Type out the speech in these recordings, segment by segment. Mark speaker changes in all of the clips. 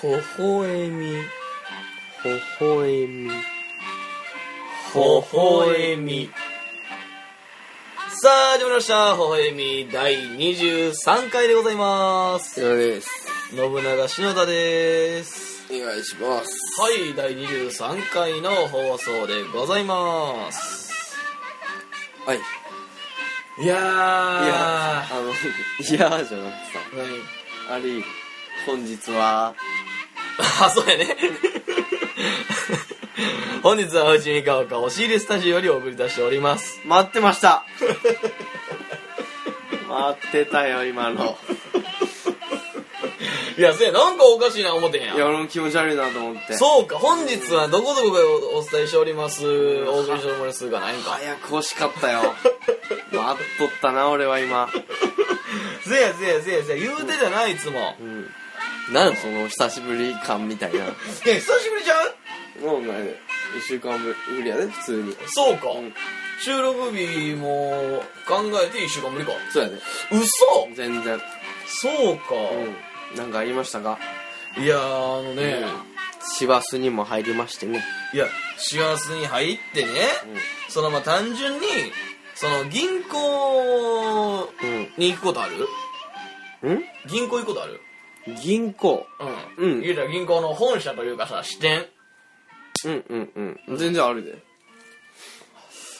Speaker 1: ほほえみほほえみほほえみ
Speaker 2: さあ、始まりました。ほほえみ第23回でございます。
Speaker 1: 山です
Speaker 2: 信長篠田です。
Speaker 1: お願いします
Speaker 2: はい、第23回の放送でございます。
Speaker 1: はいい
Speaker 2: いやー。
Speaker 1: やあの いやーじゃなくてさ
Speaker 2: 何
Speaker 1: あれ本日は
Speaker 2: あ、そうやね。 本日は内海川か押し入れスタジオよりお送り出しております。
Speaker 1: 待ってました 待ってたよ今の
Speaker 2: いや、そうや、なんかおかしいな思ってんやん
Speaker 1: い。や俺も気持ち悪いなと思って
Speaker 2: そうか、本日はどこどこでおお伝えしております。お送りしておりますがないんか。
Speaker 1: 早く欲しかったよ待っとったな俺は今
Speaker 2: せやせやせやせや、言うてじゃない、いつも。
Speaker 1: うんなんその久しぶり感みたいな
Speaker 2: いや、久しぶりじゃん
Speaker 1: もうない1週間ぶりやね普通に
Speaker 2: そうか。
Speaker 1: ん
Speaker 2: 収録日も考えて一週間ぶりか。
Speaker 1: そうやね
Speaker 2: 嘘
Speaker 1: 全然
Speaker 2: そうか。
Speaker 1: うんなんかありましたか
Speaker 2: いやー、あのね、
Speaker 1: 師走にも入りましてね
Speaker 2: いや、幸せに入ってね、そのまあ単純に、その銀行に行くことある
Speaker 1: うん
Speaker 2: 銀行行くことある
Speaker 1: 銀行
Speaker 2: う
Speaker 1: うん
Speaker 2: ん。言うたら銀行の本社というかさ、支店。
Speaker 1: うんうんうん全然あるで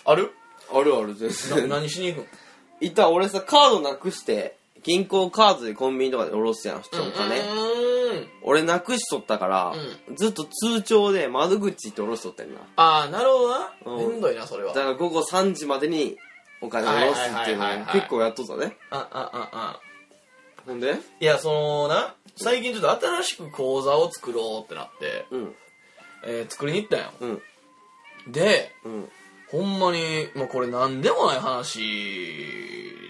Speaker 2: ある
Speaker 1: あるある全
Speaker 2: な何し に行くん
Speaker 1: いった俺さカードなくして銀行カードでコンビニとかで下ろすやん普通の金、
Speaker 2: うーん。
Speaker 1: 俺なくしとったから、ずっと通帳で窓口行って下ろしとったんな
Speaker 2: ああ、なるほどな。
Speaker 1: うん
Speaker 2: めんどいな、それは
Speaker 1: だ。から午後3時までにお金を下ろすっていうの
Speaker 2: はいはいはいはい
Speaker 1: を
Speaker 2: はい
Speaker 1: 結構やっとったね
Speaker 2: あ、あ、あ、あ。
Speaker 1: ほんで
Speaker 2: いや、そのな、最近ちょっと新しく講座を作ろうってなって、
Speaker 1: うん
Speaker 2: えー作りに行ったんよ。
Speaker 1: うん
Speaker 2: で、
Speaker 1: うん
Speaker 2: ほんまに、まあ、これ何でもない話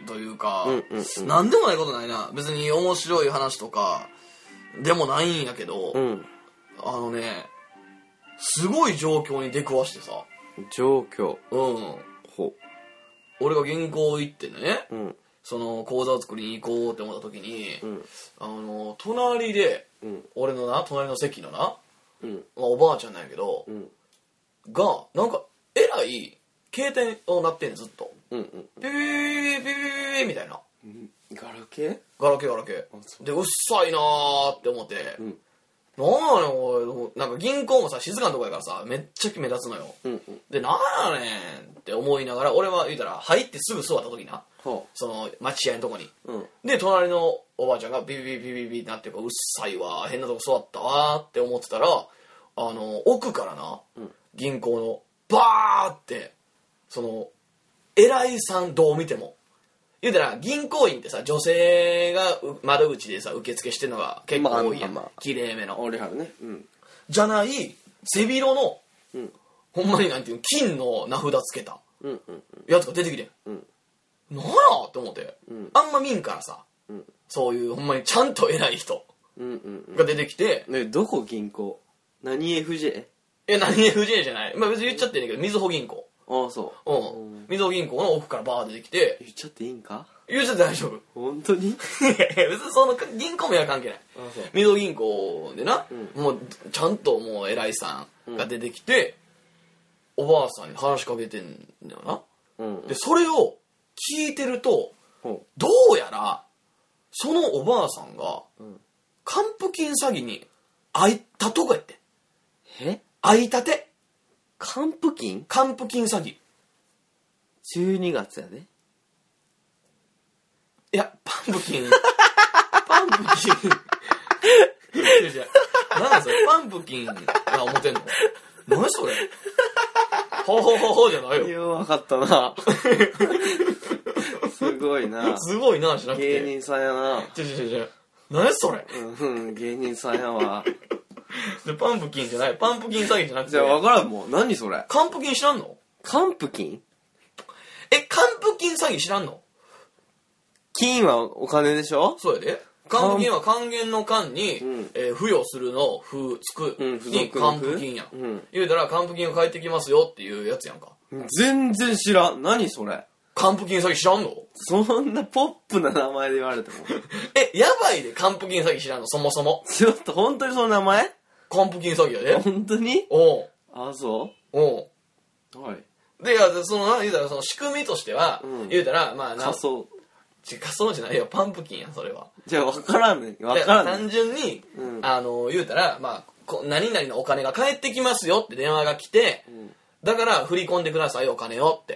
Speaker 2: というか、
Speaker 1: うんうんうん
Speaker 2: 何でもないことないな。別に面白い話とか、でもないんやけど、
Speaker 1: うん
Speaker 2: あのね、すごい状況に出くわしてさ、
Speaker 1: 状況
Speaker 2: うん。
Speaker 1: ほ
Speaker 2: 俺が銀行行ってね、
Speaker 1: うん
Speaker 2: その講座を作りに行こうって思った時に、
Speaker 1: ん
Speaker 2: あの、隣で、
Speaker 1: うん
Speaker 2: 俺のな、隣の席のな、
Speaker 1: うん
Speaker 2: まあ、おばあちゃんなんやけど、
Speaker 1: ん
Speaker 2: がなんかえらい携帯を鳴ってんねんずっと
Speaker 1: うんうん
Speaker 2: ピピピピピピピピピみたいな
Speaker 1: ガラケー
Speaker 2: ガラケーガラケ
Speaker 1: あそ
Speaker 2: ーでうっさいなーって思って、
Speaker 1: ん
Speaker 2: なんやねんおいなんか銀行もさ静かなとこやからさめっちゃ目立つのよ、
Speaker 1: うんうん
Speaker 2: でなんやねんって思いながら俺は言うたら入ってすぐ座った時な
Speaker 1: ほ
Speaker 2: その待合のとこに
Speaker 1: ううん
Speaker 2: で隣のおばあちゃんがビビビビビビってなってこううっさいわ変なとこ座ったわって思ってたらあの奥からな、銀行のバーってその偉いさんどう見ても言うたら銀行員ってさ女性がう窓口でさ受付してるのが結構多いやん、
Speaker 1: まあまあまあ
Speaker 2: 綺麗めの
Speaker 1: 俺はるねうん
Speaker 2: じゃない背広の、
Speaker 1: うん
Speaker 2: ほんまになんていうの金の名札つけた
Speaker 1: うんうん
Speaker 2: やつが出てきてん、
Speaker 1: うん
Speaker 2: なんやって思って、
Speaker 1: ん
Speaker 2: あんま見んからさ、
Speaker 1: うん
Speaker 2: そういうほんまにちゃんと偉い人
Speaker 1: うんうん
Speaker 2: が出てきて、
Speaker 1: ねどこ銀行何 FJ?
Speaker 2: え、何 FJ じゃないまあ別に言っちゃってんねんけど、みずほ銀行。
Speaker 1: ああそう
Speaker 2: うん。みずほ銀行の奥からバー出てきて、
Speaker 1: 言っちゃっていいんか
Speaker 2: 言っちゃって大丈夫。
Speaker 1: 本当に
Speaker 2: いやいや 別にその銀行名は関係ない
Speaker 1: あそう。
Speaker 2: みずほ銀行でな、
Speaker 1: う
Speaker 2: もうちゃんともう偉いさんが出てきて、おばあさんに話しかけてんだよな。
Speaker 1: うん
Speaker 2: で、それを聞いてると、
Speaker 1: ほ
Speaker 2: どうやら、そのおばあさんが、還付金詐欺に、あいたとこやってん。
Speaker 1: うえ
Speaker 2: あいたて、
Speaker 1: 還付金
Speaker 2: 還付金詐欺。
Speaker 1: 12月やで
Speaker 2: いや、パンプ キン。パンプキン。違う違う。何なんそれパンプキンが思てんの何それほうほうほうほうじゃない
Speaker 1: い
Speaker 2: よ。
Speaker 1: や分かったな すごいな
Speaker 2: すごいな、しなくて。
Speaker 1: 芸人さんやな
Speaker 2: 違う違う違う違う。何それ
Speaker 1: うん芸人さんやわ
Speaker 2: でパンプキンじゃない。パンプキン詐欺じゃなく
Speaker 1: じゃあ分
Speaker 2: て。
Speaker 1: からんもん何それ
Speaker 2: 還付金知らんの
Speaker 1: 還付金
Speaker 2: え、還付金詐欺知らんの
Speaker 1: 金はお金でしょ
Speaker 2: そうやで。還付金は還元の還に、
Speaker 1: ん
Speaker 2: えー付与するの、付、つく
Speaker 1: うん付
Speaker 2: に
Speaker 1: 属の
Speaker 2: 還
Speaker 1: 付
Speaker 2: 付金やん。
Speaker 1: うん
Speaker 2: 言うたら還付金を返ってきますよっていうやつやんか。
Speaker 1: 全然知らん何それ
Speaker 2: 還付金詐欺知らんの
Speaker 1: そんなポップな名前で言わ れても。
Speaker 2: え、やばいで、還付金詐欺知らんの、そもそも。
Speaker 1: ちょっと本当にその名前
Speaker 2: 還付金詐欺やで。
Speaker 1: 本当に
Speaker 2: おう
Speaker 1: あ、そ
Speaker 2: お
Speaker 1: うはい。
Speaker 2: うで、いやその、な言うたら、その仕組みとしては、
Speaker 1: うん
Speaker 2: 言うたら、まあ、な
Speaker 1: 仮想。
Speaker 2: ち仮想じゃないよ、パンプキンやん、それは。
Speaker 1: じゃあ分からんねん。
Speaker 2: だ
Speaker 1: 分
Speaker 2: か
Speaker 1: かららんねん。
Speaker 2: 単純に、
Speaker 1: うん
Speaker 2: あの、言うたら、まあ、こ何々のお金が返ってきますよって電話が来て、
Speaker 1: ん
Speaker 2: だから振り込んでください、お金をって。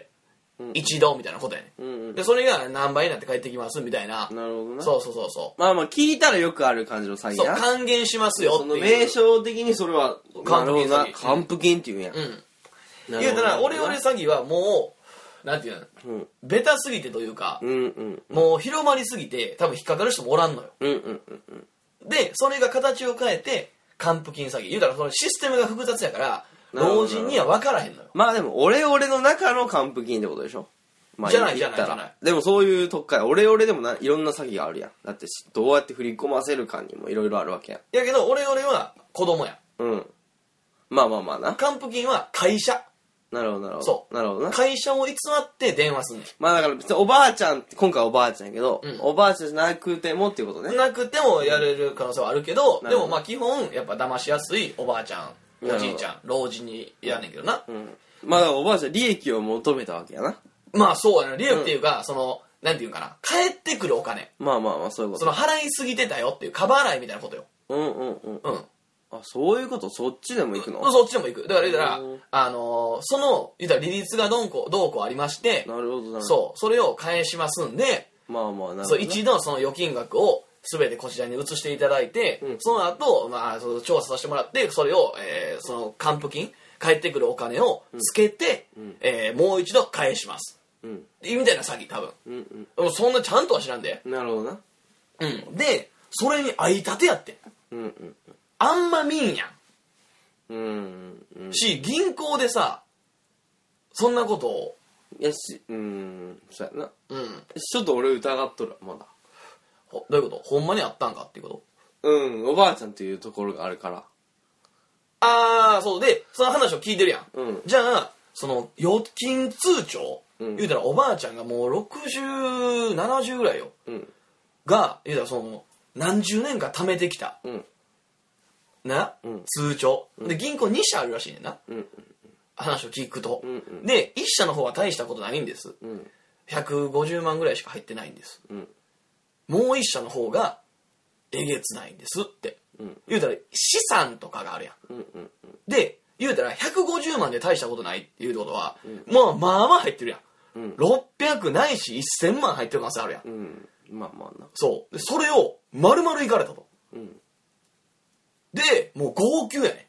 Speaker 1: うん
Speaker 2: 一度みたいなことやね、
Speaker 1: うんうん
Speaker 2: で、それが何倍になって返ってきますみたいな。
Speaker 1: なるほどな。
Speaker 2: そうそうそうそ
Speaker 1: まあまあ聞いたらよくある感じの詐
Speaker 2: う。
Speaker 1: 欺
Speaker 2: そう、
Speaker 1: な。
Speaker 2: 還元しますよ
Speaker 1: そ
Speaker 2: って
Speaker 1: の
Speaker 2: いう。
Speaker 1: 名称的にそれは、
Speaker 2: 還付金詐欺
Speaker 1: なるほどな還付金っていうんや。
Speaker 2: うん。
Speaker 1: なるほど
Speaker 2: 言うたら、オレオレ詐欺はもう、なんていうの、
Speaker 1: うん
Speaker 2: ベタすぎてというか、
Speaker 1: うんうん。
Speaker 2: もう広まりすぎて、多分引っかかる人もおらんのよ。
Speaker 1: うんうんうんうん。
Speaker 2: で、それが形を変えて、還付金詐欺。言うたら、そのシステムが複雑やから、
Speaker 1: なるほど
Speaker 2: 老人には分からへんのよ。
Speaker 1: まあでも、オレオレの中の還付金ってことでしょ。まあ、
Speaker 2: じゃない
Speaker 1: 言った
Speaker 2: じゃな
Speaker 1: ら
Speaker 2: いじゃない
Speaker 1: でもそういう特会、オレオレでもないろんな詐欺があるやん。だってし、どうやって振り込ませるかにもいろいろあるわけやん。
Speaker 2: やけど、俺俺は子供や。
Speaker 1: うん。まあまあまあな。
Speaker 2: 還付金は会社。
Speaker 1: なるほどなるほど。
Speaker 2: そう
Speaker 1: なるほどな。
Speaker 2: 会社を偽って電話すんね
Speaker 1: まあだから別におばあちゃん、今回はおばあちゃんやけど、
Speaker 2: うん
Speaker 1: おばあちゃんじゃなくてもっていうこと
Speaker 2: ん。
Speaker 1: ね。
Speaker 2: なくてもやれる可能性はあるけど、
Speaker 1: な
Speaker 2: で
Speaker 1: るほど
Speaker 2: もまあ基本、やっぱ騙しやすいおばあちゃん、
Speaker 1: な
Speaker 2: お
Speaker 1: るほど
Speaker 2: じいちゃん、老人にやんねんけどな。
Speaker 1: うん。まあだからおばあちゃん利益を求めたわけやな。
Speaker 2: まあそうやな、利益っていうか、その、なんていうかな、返ってくるお金。
Speaker 1: まあまあまあそういうこ
Speaker 2: そ
Speaker 1: と。
Speaker 2: の払いすぎてたよっていう、過払いみたいなことよ。
Speaker 1: うんうんうん。
Speaker 2: うん。
Speaker 1: あ、そういうことそっちでも行くの
Speaker 2: そっちでも行く。だから言うたら
Speaker 1: うん、
Speaker 2: あのーその、言うたら利率がどうこう、どうこうありまして、
Speaker 1: なるほどなるほど。
Speaker 2: そう、それを返しますんで、
Speaker 1: う。まあまあなるほどな。
Speaker 2: そう一度その預金額を全てこちらに移していただいて、
Speaker 1: うん
Speaker 2: その後、まあその調査させてもらってそれを、えーその還付金返ってくるお金をつけて、
Speaker 1: ん
Speaker 2: えーもう一度返します
Speaker 1: うん。
Speaker 2: っていうみたいな詐欺多分
Speaker 1: うん
Speaker 2: でもそんなちゃんとは知らんで、
Speaker 1: うん。なるほどな。
Speaker 2: うん、でそれに相立てやってん
Speaker 1: うんうん。
Speaker 2: あんま見んや
Speaker 1: うんうんうん
Speaker 2: ん。し銀行でさそんなことを
Speaker 1: いやし、うん。そうやな。
Speaker 2: うん
Speaker 1: ちょっと俺疑っとる、まだ。
Speaker 2: ほどういうことほんまにあったんかっていうこと
Speaker 1: うん、おばあちゃんっていうところがあるから。
Speaker 2: ああそうでその話を聞いてるやん、
Speaker 1: うん
Speaker 2: じゃあその預金通帳、
Speaker 1: うん
Speaker 2: 言うたらおばあちゃんがもう6070ぐらいよ
Speaker 1: うん。
Speaker 2: が言うたらその何十年か貯めてきた
Speaker 1: うん。
Speaker 2: な、
Speaker 1: うん
Speaker 2: 通帳で銀行2社あるらしいねんな
Speaker 1: うん。
Speaker 2: 話を聞くと、
Speaker 1: うんうん
Speaker 2: で1社の方は大したことないんです
Speaker 1: うん。
Speaker 2: 150万ぐらいしか入ってないんです
Speaker 1: うん。
Speaker 2: もう1社の方がえげつないんですって、
Speaker 1: うん
Speaker 2: 言うたら資産とかがあるやん
Speaker 1: うん。うん。
Speaker 2: で、言うたら150万で大したことないっていうことは、もうまあまあ入ってるやん。
Speaker 1: うん
Speaker 2: 600ないし1000万入ってる可能性あるやん。
Speaker 1: うん。まあまあな。
Speaker 2: そう。で、それを丸々いかれたと。
Speaker 1: うん。
Speaker 2: で、もう号泣やね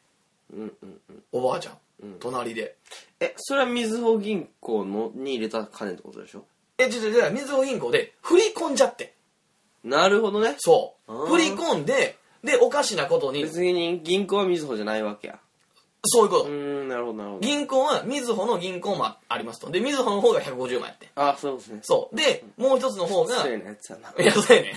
Speaker 1: うん。うん。うん。
Speaker 2: おばあちゃん。隣で。
Speaker 1: え、それはみずほ銀行のに入れた金ってことでしょ
Speaker 2: え、ちょちょ、じゃみずほ銀行で振り込んじゃって。
Speaker 1: なるほどね。
Speaker 2: そ
Speaker 1: あー
Speaker 2: う。振り込んで、で、おかしなことに、
Speaker 1: 別に銀行はみずほじゃないわけや。
Speaker 2: そういうこ
Speaker 1: う
Speaker 2: と。
Speaker 1: ーん、なるほど、なるほど。
Speaker 2: 銀行は、みずほの銀行もあありますと。で、みずほの方が150万やって。
Speaker 1: あ、そうですね。
Speaker 2: そう。で、もう一つの方が
Speaker 1: 失、礼なやつやな。
Speaker 2: いや、そうやね。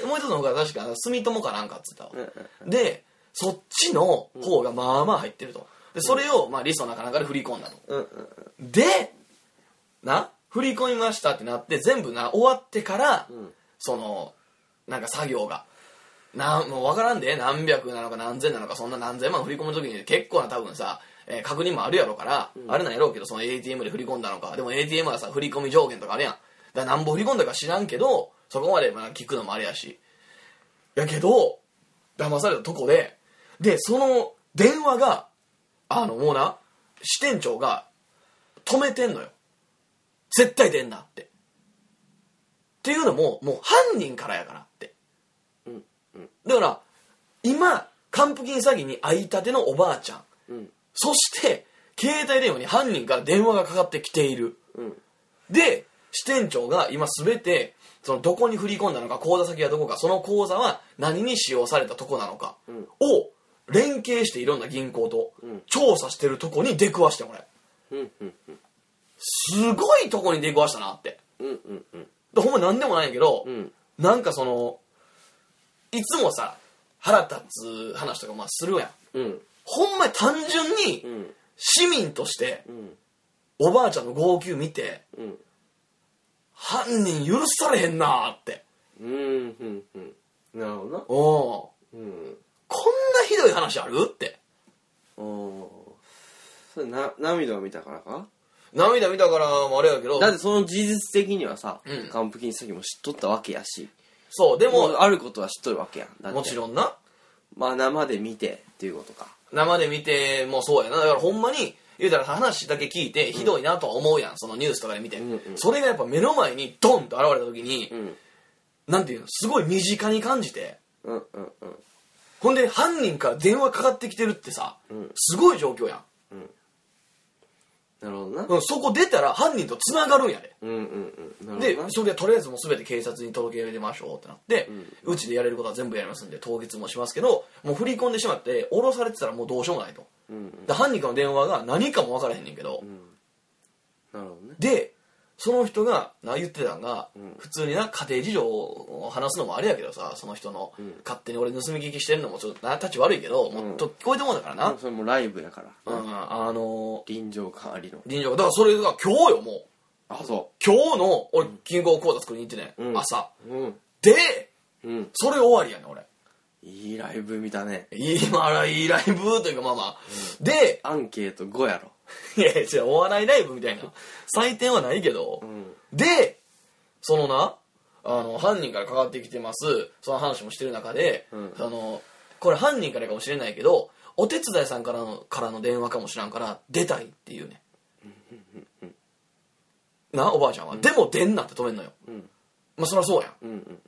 Speaker 2: で、もう一つの方が確か、住友かなんかっつったわ
Speaker 1: うんうん。
Speaker 2: で、そっちの方がまあまあ入ってると。で、それを、まあ、リストの中で振り込んだと。
Speaker 1: うん。うん。
Speaker 2: で、な、振り込みましたってなって、全部な、終わってから、
Speaker 1: ん
Speaker 2: その、なんか作業が、なん、もうわからんで、何百なのか何千なのか、そんな何千万振り込むときに結構な多分さ、えー確認もあるやろから、あれなんやろうけど、その ATM で振り込んだのか、でも ATM はさ、振り込み上限とかあるやん。だから何本振り込んだか知らんけど、そこまでまあ聞くのもあれやし。やけど、騙されたとこで、で、その電話が、あの、もうな、支店長が止めてんのよ。絶対出んなって。っていうのも、もう犯人からやからって。
Speaker 1: うんうん
Speaker 2: だから、今、還付金詐欺に会いたてのおばあちゃん。
Speaker 1: うん。
Speaker 2: そして、携帯電話に犯人から電話がかかってきている。
Speaker 1: うん。
Speaker 2: で、支店長が今すべて、そのどこに振り込んだのか、口座先はどこか、その口座は何に使用されたとこなのか
Speaker 1: ん
Speaker 2: を連携していろんな銀行と
Speaker 1: ん
Speaker 2: 調査してるとこに出くわしてもらう。
Speaker 1: うん。うん。
Speaker 2: すごいとこに出くわしたなって。
Speaker 1: うん。うん。うん。
Speaker 2: でほんま何でもないんやけど、
Speaker 1: うん
Speaker 2: なんかその、いつもさ、腹立つ話とかまあするやん。
Speaker 1: うん。
Speaker 2: ほんまに単純
Speaker 1: う
Speaker 2: に
Speaker 1: ん。
Speaker 2: 市民として
Speaker 1: うん。
Speaker 2: おばあちゃんの号泣見て、
Speaker 1: うん。
Speaker 2: 犯人許されへんなーって
Speaker 1: うんうんうんなるほど
Speaker 2: う
Speaker 1: な
Speaker 2: んこ
Speaker 1: うん
Speaker 2: んなひどい話あるって
Speaker 1: おーそれな涙を見たからか
Speaker 2: 涙見たからもあれやけど
Speaker 1: だってその事実的にはさ、
Speaker 2: うん
Speaker 1: 還付金詐欺も知っとったわけやし
Speaker 2: そうで
Speaker 1: でも
Speaker 2: も
Speaker 1: あることは知っとるわけやんだって
Speaker 2: もちろんな
Speaker 1: まあ生で見てっていうことか
Speaker 2: 生で見てもそうやなだからほんまに言うたら話だけ聞いてひどいなとは思うやん、そのニュースとかで見て、
Speaker 1: うんうん
Speaker 2: それがやっぱ目の前にドンと現れた時に、
Speaker 1: ん
Speaker 2: なんていうのすごい身近に感じて
Speaker 1: うんうんうん
Speaker 2: ほんで犯人から電話かかってきてるってさ、
Speaker 1: ん
Speaker 2: すごい状況やん、
Speaker 1: なるほどな
Speaker 2: うん、そこ出たら犯人とつながるんやで
Speaker 1: うんうんうんなる
Speaker 2: で
Speaker 1: ほどな
Speaker 2: それでとりあえずもう全て警察に届け入れましょうってなって、うちでやれることは全部やりますんで当月もしますけどもう振り込んでしまって降ろされてたらもうどうしようもないと、
Speaker 1: うん
Speaker 2: で犯人からの電話が何かも分からへんねんけど、
Speaker 1: なるほどね
Speaker 2: でその人がな言ってたんが、普通にな家庭事情を話すのもあれやけどさその人の、勝手に俺盗み聞きしてるのもちょっとな立ち悪いけど、もっと聞こえてもんだからな、
Speaker 1: あそれもライブやから
Speaker 2: うんあの
Speaker 1: 臨場感ありの
Speaker 2: 臨場だからそれが今日よもう
Speaker 1: あそ
Speaker 2: 今日の俺銀行口座作りに行ってね、
Speaker 1: うん
Speaker 2: 朝
Speaker 1: ううん
Speaker 2: で
Speaker 1: うん
Speaker 2: それ終わりやねん俺
Speaker 1: いいライブ見たね
Speaker 2: 今らいいライブというかまあまあ、で
Speaker 1: アンケート5やろ
Speaker 2: いやいや違うお笑いライブみたいな採点はないけど、
Speaker 1: ん
Speaker 2: でそのなあの犯人からかかってきてますその話もしてる中で、
Speaker 1: ん
Speaker 2: あのこれ犯人からかもしれないけどお手伝いさんからのからの電話かもしらんから出たいっていうねなおばあちゃんは、でも出んなって止めんのよ、
Speaker 1: ん
Speaker 2: まあそりゃそうやん
Speaker 1: うん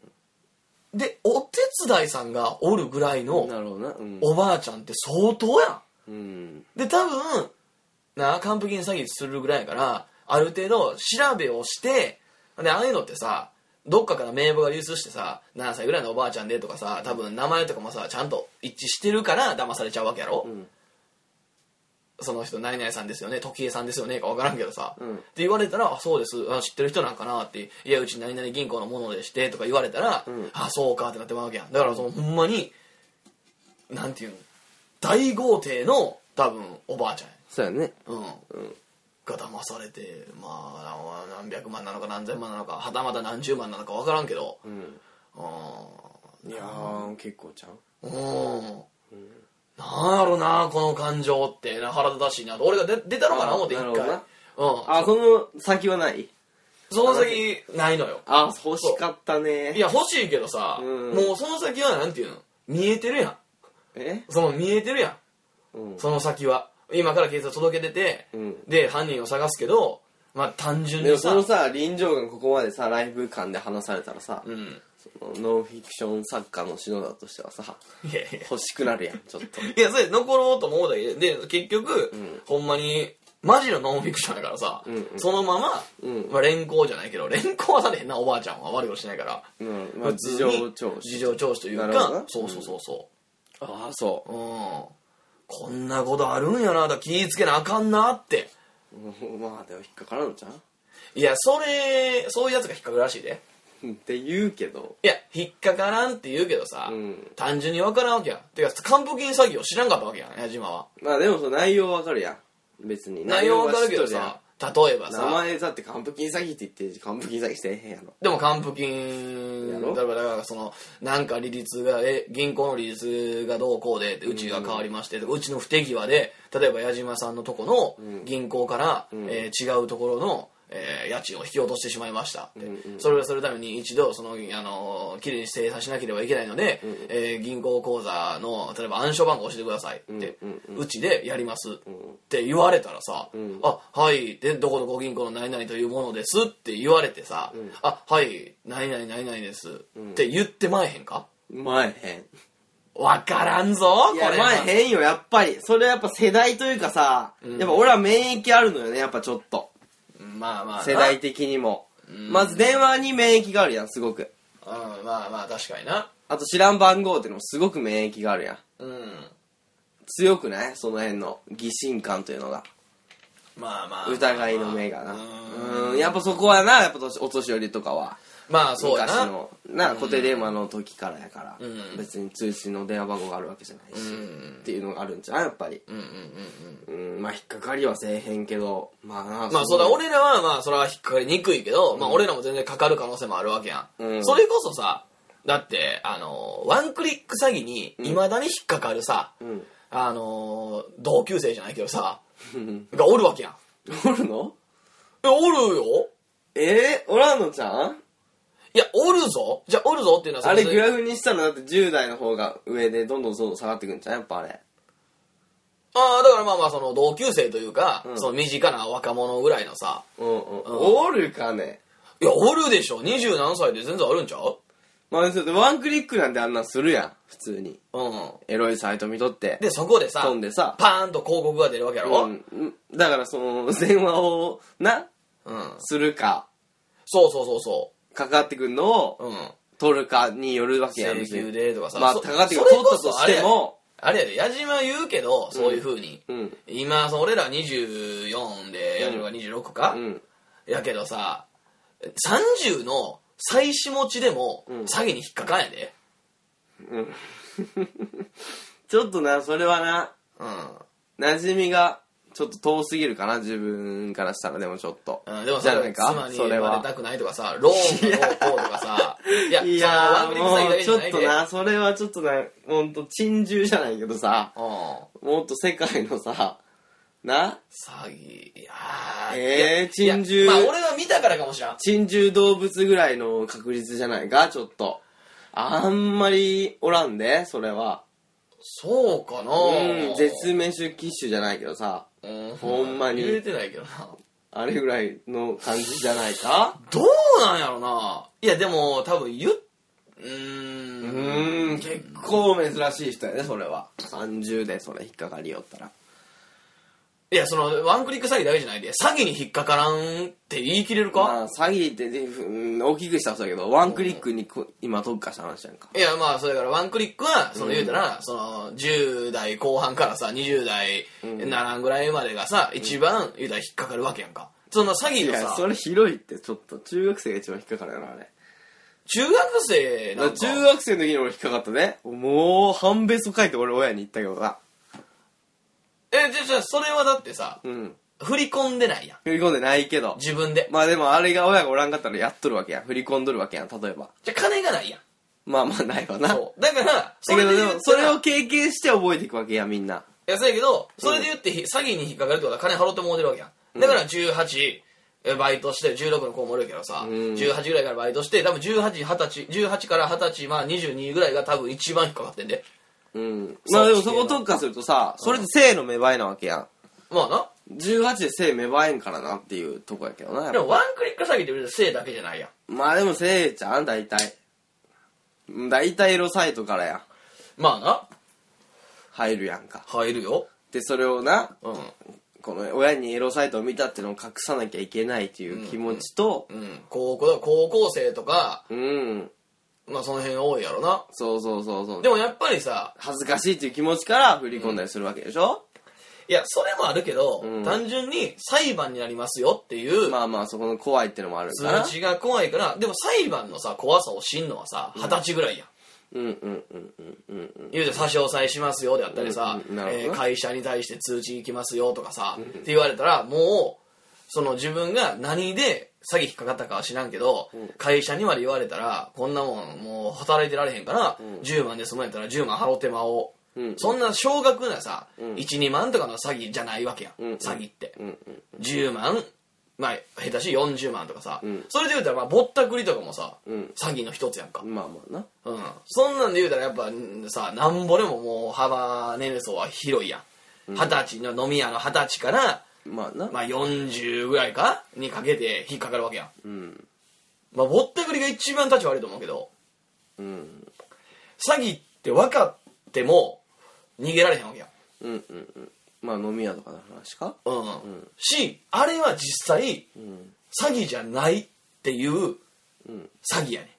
Speaker 2: でお手伝いさんがおるぐらい
Speaker 1: うん
Speaker 2: の
Speaker 1: なるほどなうん
Speaker 2: おばあちゃんって相当やん
Speaker 1: うん
Speaker 2: で多分な還付金詐欺するぐらいやからある程度調べをしてでああいうのってさどっかから名簿が流出してさ何歳ぐらいのおばあちゃんでとかさ多分名前とかもさちゃんと一致してるから騙されちゃうわけやろ、
Speaker 1: ん
Speaker 2: その人何々さんですよね時計さんですよねか分からんけどさ、
Speaker 1: ん
Speaker 2: って言われたら「あそうですあ知ってる人なんかな」って「いやうち何々銀行のものでして」とか言われたら「あそうか」ってなってまうわけやんだからそのほんまになんていうの大豪邸の多分おばあちゃんや
Speaker 1: そうやね
Speaker 2: うん、が騙されてまあ何百万なのか何千万なのかはたまた何十万なのか分からんけど
Speaker 1: うん
Speaker 2: う
Speaker 1: いやー結構ちゃうん
Speaker 2: うんなんやろなこの感情ってな腹立たしいな俺が出出たのかな思って一
Speaker 1: あー
Speaker 2: 回
Speaker 1: なるほどな
Speaker 2: うん
Speaker 1: あその先はない
Speaker 2: その先ないのよ
Speaker 1: あ欲しかったね
Speaker 2: いや欲しいけどさ、
Speaker 1: うん
Speaker 2: もうその先はなんていうの見えてるやん
Speaker 1: え
Speaker 2: その見えてるやん
Speaker 1: うん
Speaker 2: その先は今から警察届け出て、
Speaker 1: うん
Speaker 2: で犯人を探すけどまあ単純
Speaker 1: でも
Speaker 2: に
Speaker 1: そ
Speaker 2: さ
Speaker 1: のさ臨場感ここまでさライブ感で話されたらさ
Speaker 2: うん
Speaker 1: そのノンフィクション作家の篠田としてはさ
Speaker 2: いやいや
Speaker 1: 欲しくなるやんちょっと
Speaker 2: いや、それ残ろうと思うだけで、で結局、ほんまに、マジのノンフィクションだからさ、
Speaker 1: んうん
Speaker 2: そのまま、
Speaker 1: うん
Speaker 2: まあ、連行じゃないけど、連行はされへんな、おばあちゃんは悪いことしないから。
Speaker 1: うんまあ
Speaker 2: 普通
Speaker 1: 事
Speaker 2: に
Speaker 1: 情聴取
Speaker 2: 事情聴取という
Speaker 1: なるほど
Speaker 2: か
Speaker 1: な、
Speaker 2: そうそうそうそ。
Speaker 1: ああそう
Speaker 2: うん。こんなことあるんやな、だから気ぃつけなあかんなって。
Speaker 1: ううんまあでも引っかからんのじゃん
Speaker 2: いや、それ、そういうやつが引っかかるらしいで。
Speaker 1: うんって言うけど
Speaker 2: いや、引っかからんって言うけどさ、
Speaker 1: うん
Speaker 2: 単純にわからんわけやん。てか、還付金詐欺を知らんかったわけやん、矢島は。
Speaker 1: まあでもその内容わかるやん別に
Speaker 2: 内容わかるけど
Speaker 1: 内容は
Speaker 2: さ、例えば
Speaker 1: 知っとるやん
Speaker 2: さ、
Speaker 1: 名前だって還付金詐欺って言って還付金詐欺してへんやろ
Speaker 2: でも還付金
Speaker 1: やろ
Speaker 2: だからだからそのなんか利率がえ銀行の利率がどうこうでうちが変わりましてとかうちの不手際で例えば矢島さんのとこの銀行から、えー違うところの、えー家賃を引き落としてしまいましたって、それをするために一度そのあのきれいに精査しなければいけないので、えー銀行口座の例えば暗証番号を教えてくださいって、うちでやりますって言われたらさ「あはいでどこどこ銀行の何々というものです」って言われてさ「あはい何々何々です」って言ってまえへんか
Speaker 1: 前へん
Speaker 2: わからんぞ
Speaker 1: い
Speaker 2: こ
Speaker 1: や、
Speaker 2: れ
Speaker 1: まあ
Speaker 2: は
Speaker 1: 変よ、やっぱり。それはやっぱ世代というかさ、やっぱ俺は免疫あるのよね、やっぱちょっと。
Speaker 2: まあまあな
Speaker 1: 世代的にも。まず電話に免疫があるやん、すごく。
Speaker 2: うんまあまあ確かにな
Speaker 1: あと知らん番号ってのもすごく免疫があるやん。
Speaker 2: うん
Speaker 1: 強くないその辺の疑心感というのが。
Speaker 2: まあまあ
Speaker 1: 疑いの目がな。
Speaker 2: う
Speaker 1: うん、やっぱそこはな、やっぱ年お年寄りとかは。
Speaker 2: まあそうや
Speaker 1: 昔
Speaker 2: な
Speaker 1: のな固定電話の時からやから、
Speaker 2: うん
Speaker 1: 別に通信の電話番号があるわけじゃないし、
Speaker 2: うん
Speaker 1: っていうのがあるんじゃんやっぱり、
Speaker 2: うんうんうんうん
Speaker 1: うん、まあ引っかかりはせえへんけどまあな
Speaker 2: まあそうだ
Speaker 1: の
Speaker 2: 俺らはまあそれは引っかかりにくいけど、まあ俺らも全然かかる可能性もあるわけやん、
Speaker 1: うん
Speaker 2: それこそさだってあのワンクリック詐欺にいまだに引っかかるさ、
Speaker 1: うん
Speaker 2: あの同級生じゃないけどさがおるわけやん
Speaker 1: おるの
Speaker 2: えおるよ
Speaker 1: えー、おらんのちゃん
Speaker 2: いやおるぞじゃあおるぞっていうのは
Speaker 1: あれ
Speaker 2: そ
Speaker 1: グラフにしたらだって10代の方が上でどんどんどんどん下がってくんじゃんやっぱあれ
Speaker 2: ああだからまあまあその同級生というか、
Speaker 1: うん
Speaker 2: その身近な若者ぐらいのさ
Speaker 1: うんうん、おるかね
Speaker 2: いやおるでしょ二十何歳で全然あるんちゃう
Speaker 1: まあ、そうワンクリックなんてあんなんするやん普通に
Speaker 2: うん
Speaker 1: エロいサイト見とって
Speaker 2: でそこでさ
Speaker 1: 飛んでさ
Speaker 2: パーンと広告が出るわけやろ、
Speaker 1: うんうんだからその電話をな
Speaker 2: うん
Speaker 1: するか
Speaker 2: そうそうそうそ
Speaker 1: かかってくるのを
Speaker 2: う。うん。
Speaker 1: 取るかによるわけやん
Speaker 2: 請
Speaker 1: 別に
Speaker 2: 求でとかさ。
Speaker 1: まあ
Speaker 2: そ
Speaker 1: かかってくる
Speaker 2: それ
Speaker 1: 取っ
Speaker 2: こ
Speaker 1: た
Speaker 2: そ
Speaker 1: としても
Speaker 2: あれやで、矢島言うけど、そういう風に。
Speaker 1: うん
Speaker 2: 今、その俺ら24で、矢島が26か、
Speaker 1: うん
Speaker 2: やけどさ、30の妻子持ちでも、
Speaker 1: うん
Speaker 2: 詐欺に引っかかんやで。
Speaker 1: ちょっとなそれはな
Speaker 2: うん。
Speaker 1: 馴染みがちょっと遠すぎるかな自分からしたらでもちょっと
Speaker 2: うん、でも
Speaker 1: じゃ
Speaker 2: さ、
Speaker 1: あなんか
Speaker 2: 妻に
Speaker 1: それ
Speaker 2: 言
Speaker 1: は
Speaker 2: われたくないとかさ、ローンがどうこうとか さ、いや、
Speaker 1: い
Speaker 2: そのワ
Speaker 1: や
Speaker 2: ンク
Speaker 1: ー
Speaker 2: リック詐欺
Speaker 1: も
Speaker 2: だけ
Speaker 1: うち
Speaker 2: じゃ
Speaker 1: ょっ
Speaker 2: ない
Speaker 1: と
Speaker 2: で。
Speaker 1: なそれはちょっとなほんと珍獣じゃないけどさ
Speaker 2: うん。
Speaker 1: もっと世界のさな
Speaker 2: 詐欺、いやー
Speaker 1: えー
Speaker 2: いや
Speaker 1: 珍獣
Speaker 2: いやまあ俺は見たからかもしらん。
Speaker 1: 珍獣動物ぐらいの確率じゃないかちょっとあんまりおらんでそれは
Speaker 2: そうかな
Speaker 1: うん絶滅種機種じゃないけどさ
Speaker 2: うん
Speaker 1: ほんまに
Speaker 2: 言えてないけどな
Speaker 1: あれぐらいの感じじゃないか
Speaker 2: どうなんやろないやでも多分言っうー
Speaker 1: うんーん結構珍しい人やねそれは30でそれ引っかかりよったら
Speaker 2: いやそのワンクリック詐欺だけじゃないで詐欺に引っかからんって言い切れるか、
Speaker 1: まあ詐欺ってでうん大きくしたらそうやけどワンクリックにこ今特化した話やんか
Speaker 2: いやまあそれからワンクリックはその言うたら、その10代後半からさ20代ならんぐらいまでがさ、一番言うたら引っかかるわけやんかその詐
Speaker 1: い
Speaker 2: 欺の
Speaker 1: や
Speaker 2: さ
Speaker 1: それ広いってちょっと中学生が一番引っかかるやろあれ
Speaker 2: 中学生なんか
Speaker 1: 中学生の時に俺引っかかったねもう半べそ書いて俺親に言ったけどさ
Speaker 2: えじゃあじゃあそれはだってさ
Speaker 1: うん
Speaker 2: 振り込んでないやん
Speaker 1: 振り込んでないけど
Speaker 2: 自分で
Speaker 1: まあでもあれが親がおらんかったらやっとるわけやん振り込んどるわけやん例えば
Speaker 2: じゃあ金がないやん
Speaker 1: まあまあないわな
Speaker 2: そうだからそ
Speaker 1: だ
Speaker 2: れ
Speaker 1: けど
Speaker 2: で
Speaker 1: で
Speaker 2: 言った
Speaker 1: も
Speaker 2: ら
Speaker 1: それを経験して覚えていくわけやみんな
Speaker 2: やそうやけどそれで言ってひ詐欺に引っかかるってことは金払ってもうてるわけやんだから18えバイトして16の子もおるけどさ、
Speaker 1: ん
Speaker 2: 18ぐらいからバイトして多分1820歳18から20歳まあ22ぐらいが多分一番引っかかってんで
Speaker 1: うんまあでもそこ特化するとさそれって性の芽生えなわけや
Speaker 2: まあなん
Speaker 1: 18で性芽生えんからなっていうとこやけどなやっ
Speaker 2: で
Speaker 1: ぱ
Speaker 2: もワンクリック詐欺って別に性だけじゃないやん
Speaker 1: まあでも性ちゃん大体うん大体エロサイトからや
Speaker 2: まあな
Speaker 1: 入るやんか
Speaker 2: 入るよ
Speaker 1: でそれをな
Speaker 2: うん
Speaker 1: この親にエロサイトを見たってのを隠さなきゃいけないっていう気持ちと
Speaker 2: うん高校だ高校生とか
Speaker 1: うん、
Speaker 2: まあその辺多いやろな
Speaker 1: そうそうそうそう
Speaker 2: でもやっぱりさ
Speaker 1: 恥ずかしいっていう気持ちから振り込んだりするわけでしょ、
Speaker 2: いやそれもあるけど、
Speaker 1: うん
Speaker 2: 単純に裁判になりますよっていう、
Speaker 1: まあまあそこの怖いってのもあるんかな
Speaker 2: 数値が怖いからでも裁判のさ怖さを知んのはさ二十歳ぐらいやん、
Speaker 1: うんうんうんうんうんうん
Speaker 2: 言うて差し押さえしますよであったりさ、
Speaker 1: うんうんなるほど
Speaker 2: え
Speaker 1: ね
Speaker 2: ー会社に対して通知行きますよとかさ、って言われたらもうその自分が何で詐欺引っかかったかは知らんけど、会社にまで言われたらこんなもんもう働いてられへんから、10万で済むんやったら10万払うてまおう、
Speaker 1: うん
Speaker 2: そんな少額なさ、12万とかの詐欺じゃないわけやん、詐欺って、
Speaker 1: うん
Speaker 2: 10万まあ下手し40万とかさ、
Speaker 1: ん
Speaker 2: それで言うたらまあぼったくりとかもさ、
Speaker 1: うん
Speaker 2: 詐欺の一つやんか
Speaker 1: う、んまあまあな
Speaker 2: うん、そんなんで言うたらやっぱんさなんぼでももう幅年齢層は広いやん二十歳の飲み屋の二十歳から、
Speaker 1: まあな、
Speaker 2: まあ、40ぐらいかにかけて引っかかるわけやん、
Speaker 1: うん
Speaker 2: まあ、ぼったくりが一番立ち悪いと思うけど
Speaker 1: うん
Speaker 2: 詐欺って分かっても逃げられへんわけやん
Speaker 1: うんうんうんまあ飲み屋とかの話か
Speaker 2: うん、しあれは実際
Speaker 1: うん
Speaker 2: 詐欺じゃないっていう
Speaker 1: うん
Speaker 2: 詐欺やね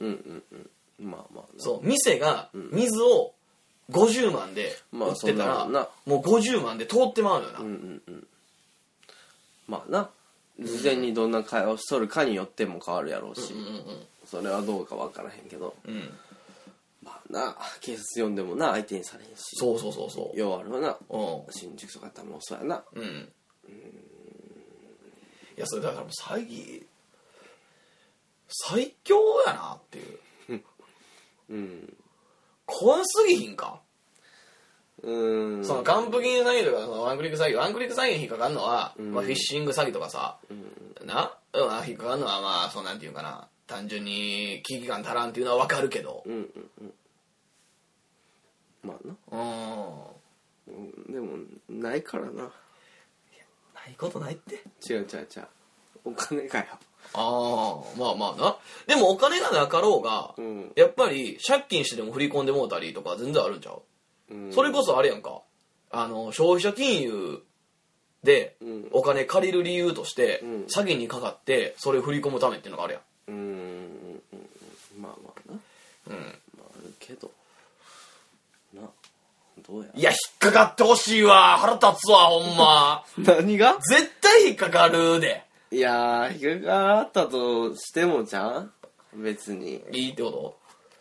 Speaker 2: ん
Speaker 1: うんうんうんまあまあな
Speaker 2: そう店が水を50万で
Speaker 1: ま
Speaker 2: 売
Speaker 1: あ
Speaker 2: ってた
Speaker 1: そんな
Speaker 2: ら、
Speaker 1: もんな
Speaker 2: もう50万で通ってまうのよな、
Speaker 1: うんうんうんまあな事前にどんな会話をしとるかによっても変わるやろうし、
Speaker 2: うんうん
Speaker 1: それはどうか分からへんけど
Speaker 2: うんうん
Speaker 1: まあな警察呼んでもな相手にされへんし
Speaker 2: そうそうそうそ
Speaker 1: ようあるわな
Speaker 2: ううん
Speaker 1: 新宿とかやったらもうそうやな
Speaker 2: うんいやそれだからもう詐欺最強やなっていう
Speaker 1: うん
Speaker 2: 怖すぎひんか、
Speaker 1: うーん
Speaker 2: そのガンプ金詐欺とかそのワンクリック詐欺ワンクリック詐欺に引っかかるのは、まあ、フィッシング詐欺とかさ、な、うん、あ引っかかるのはまあそうなんていうかな単純に危機感足らんっていうのは分かるけど
Speaker 1: うんうんうんまあな
Speaker 2: うん
Speaker 1: うんでもないからな
Speaker 2: ないことないって
Speaker 1: 違う違う違うお金かよ
Speaker 2: ああまあまあなでもお金がなかろうが、
Speaker 1: うん
Speaker 2: やっぱり借金してでも振り込んでもうたりとか全然あるんちゃう
Speaker 1: うん
Speaker 2: それこそあれやんかあの消費者金融で
Speaker 1: うん
Speaker 2: お金借りる理由として
Speaker 1: うん
Speaker 2: 詐欺にかかってそれ振り込むためっていうのがあるやん
Speaker 1: うーんうんうんまあまあな
Speaker 2: うん
Speaker 1: まああるけどなどうや
Speaker 2: いや引っかかってほしいわ腹立つわほん ま
Speaker 1: 何が
Speaker 2: 絶対引っかかるで
Speaker 1: いやー引っかかったとしてもじゃん別に
Speaker 2: いいってこ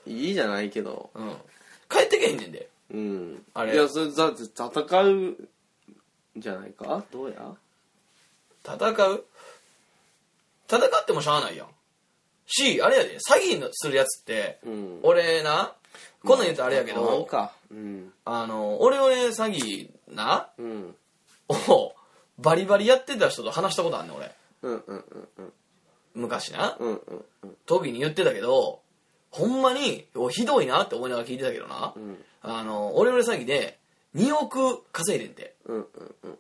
Speaker 1: いいじゃないけど
Speaker 2: とうん帰ってけへんねんで
Speaker 1: うん
Speaker 2: あれ
Speaker 1: いやそれだって戦うんじゃないかどうや
Speaker 2: 戦う戦ってもしゃあないやんしあれやで詐欺のするやつって、
Speaker 1: うん
Speaker 2: 俺なこんなん言うとあれやけ
Speaker 1: まあなん
Speaker 2: ど、
Speaker 1: かうん
Speaker 2: あの俺俺詐欺な
Speaker 1: うん
Speaker 2: をバリバリやってた人と話したことあんねん俺
Speaker 1: うんうんうんうん
Speaker 2: 昔な
Speaker 1: うんうんうん
Speaker 2: 時に言ってたけどほんまにおひどいなって思いながら聞いてたけどな、
Speaker 1: ん
Speaker 2: あの俺俺詐欺で2億稼いでんて
Speaker 1: うんうんうん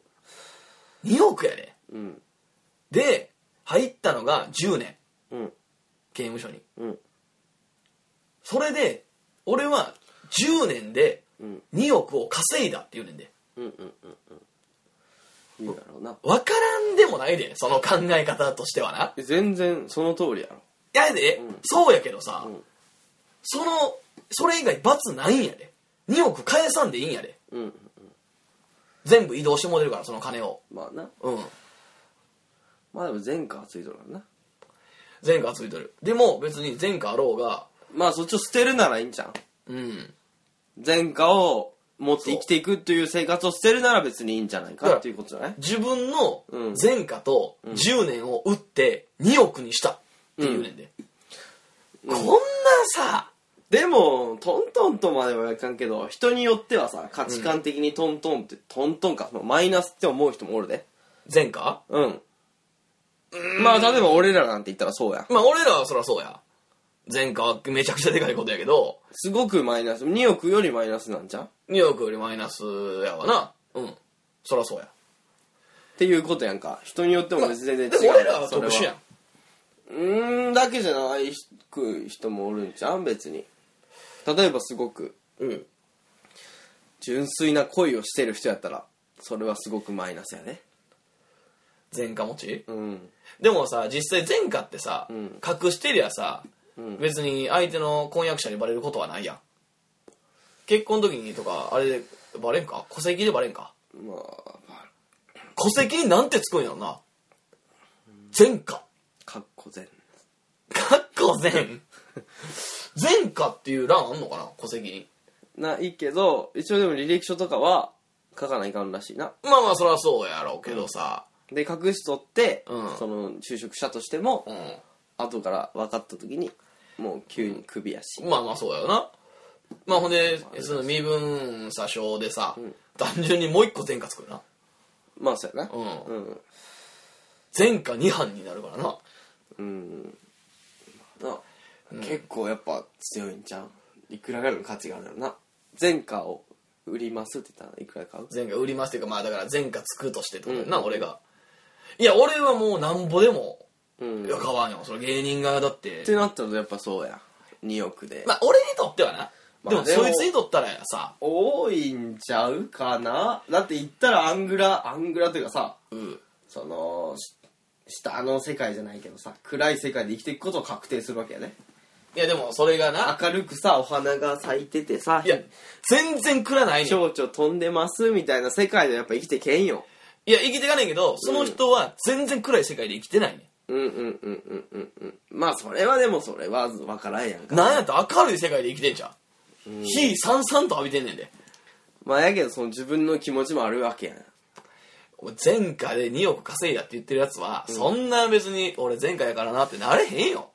Speaker 2: 2億やで
Speaker 1: うん
Speaker 2: で入ったのが10年
Speaker 1: うん
Speaker 2: 刑務所に
Speaker 1: うん
Speaker 2: それで俺は10年で
Speaker 1: うん
Speaker 2: 2億を稼いだって言うねんで
Speaker 1: うんうんうんうんいいだろうな
Speaker 2: 分からんでもないでその考え方としてはな
Speaker 1: 全然その通りやろ
Speaker 2: いやで、
Speaker 1: うん
Speaker 2: そうやけどさ、
Speaker 1: うん
Speaker 2: そのそれ以外罰ないんやで2億返さんでいいんやで
Speaker 1: うんうん
Speaker 2: 全部移動してもうてるからその金を
Speaker 1: まあな
Speaker 2: うん
Speaker 1: まあでも前科はついとるからな
Speaker 2: 前科はついてるでも別に前科あろうが
Speaker 1: まあそっちを捨てるならいいんじゃん
Speaker 2: うん
Speaker 1: 前科を持って生きていくっていう生活を捨てるなら別にいいんじゃないかっていうことじゃない
Speaker 2: 自分の
Speaker 1: うん
Speaker 2: 前科と10年を打って2億にしたっていうねんで、
Speaker 1: うん
Speaker 2: こんなさ
Speaker 1: でもトントンとまではいかんけど人によってはさ価値観的にトントンって、トントンかそのマイナスって思う人もおるで
Speaker 2: 前科
Speaker 1: うんまあ例えば俺らなんて言ったらそうやん
Speaker 2: まあ俺らはそりゃそうや前科はめちゃくちゃでかいことやけど
Speaker 1: すごくマイナス2億よりマイナスなんじゃんっ
Speaker 2: 2億よりマイナスやわなうんそりゃそうや
Speaker 1: ていうことやんか人によっても別に全
Speaker 2: で
Speaker 1: 然違う、
Speaker 2: も俺らは
Speaker 1: それ
Speaker 2: 特殊やん
Speaker 1: うーんだけじゃないく人もおるんじゃん別に例えばすごく
Speaker 2: うん
Speaker 1: 純粋な恋をしてる人やったらそれはすごくマイナスやね
Speaker 2: 前科持ち
Speaker 1: うん
Speaker 2: でもさ実際前科ってさ、
Speaker 1: ん
Speaker 2: 隠してりゃさ、
Speaker 1: ん
Speaker 2: 別に相手の婚約者にバレることはないやん結婚の時にとかあれバレんか戸籍でバレんか
Speaker 1: まあ
Speaker 2: 戸籍になんてつくんやろな前科
Speaker 1: かっこ善
Speaker 2: かっこ 前前科っていう欄あんのかな戸籍に
Speaker 1: ないけど一応でも履歴書とかは書かないかんらしいな
Speaker 2: まあまあそりゃそうやろうけどさ、
Speaker 1: で隠しとって、
Speaker 2: うん
Speaker 1: その就職したとしても、
Speaker 2: う
Speaker 1: 後から分かった時にもう急にクビやし、
Speaker 2: ん、まあまあそうやよなまあほんでその身分詐称でさ、単純にもう一個前科つくよな
Speaker 1: まあそうやな
Speaker 2: うん
Speaker 1: うん
Speaker 2: 前科2班になるからな
Speaker 1: うんな結構やっぱ強いんじゃんいくらぐらいの価値があるやろな前科を売りますって言ったらいくらで買う
Speaker 2: 前科売りますっていうかまあだから前科つくとしてってことやな、
Speaker 1: うん
Speaker 2: 俺がいや俺はもうなんぼでも、
Speaker 1: うん
Speaker 2: いや買わんよそれ芸人がだっ
Speaker 1: って
Speaker 2: て
Speaker 1: なったらやっぱそうや2億で、
Speaker 2: まあ俺にとってはな、
Speaker 1: まあ
Speaker 2: でも
Speaker 1: でも
Speaker 2: そいつにとったらやさ
Speaker 1: 多いんちゃうかなだって言ったらアングラアングラというかさ
Speaker 2: うん
Speaker 1: そのし下の世界じゃないけどさ暗い世界で生きていくことを確定するわけやね
Speaker 2: いやでもそれがな
Speaker 1: 明るくさお花が咲いててさ
Speaker 2: いや全然くらないねん
Speaker 1: 蝶々飛んでますみたいな世界でやっぱ生きてけんよ
Speaker 2: いや生きていかないけどその人は全然暗い世界で生きてないね、
Speaker 1: うんうんうんうんうんうんまあそれはでもそれは分からんやんか
Speaker 2: なんやったら明るい世界で生きてんじゃん、火さんさんと浴びてんねんで
Speaker 1: まあやけどその自分の気持ちもあるわけやん
Speaker 2: お前前科で2億稼いだって言ってるやつは、そんな別に俺前科やからなってなれへんよ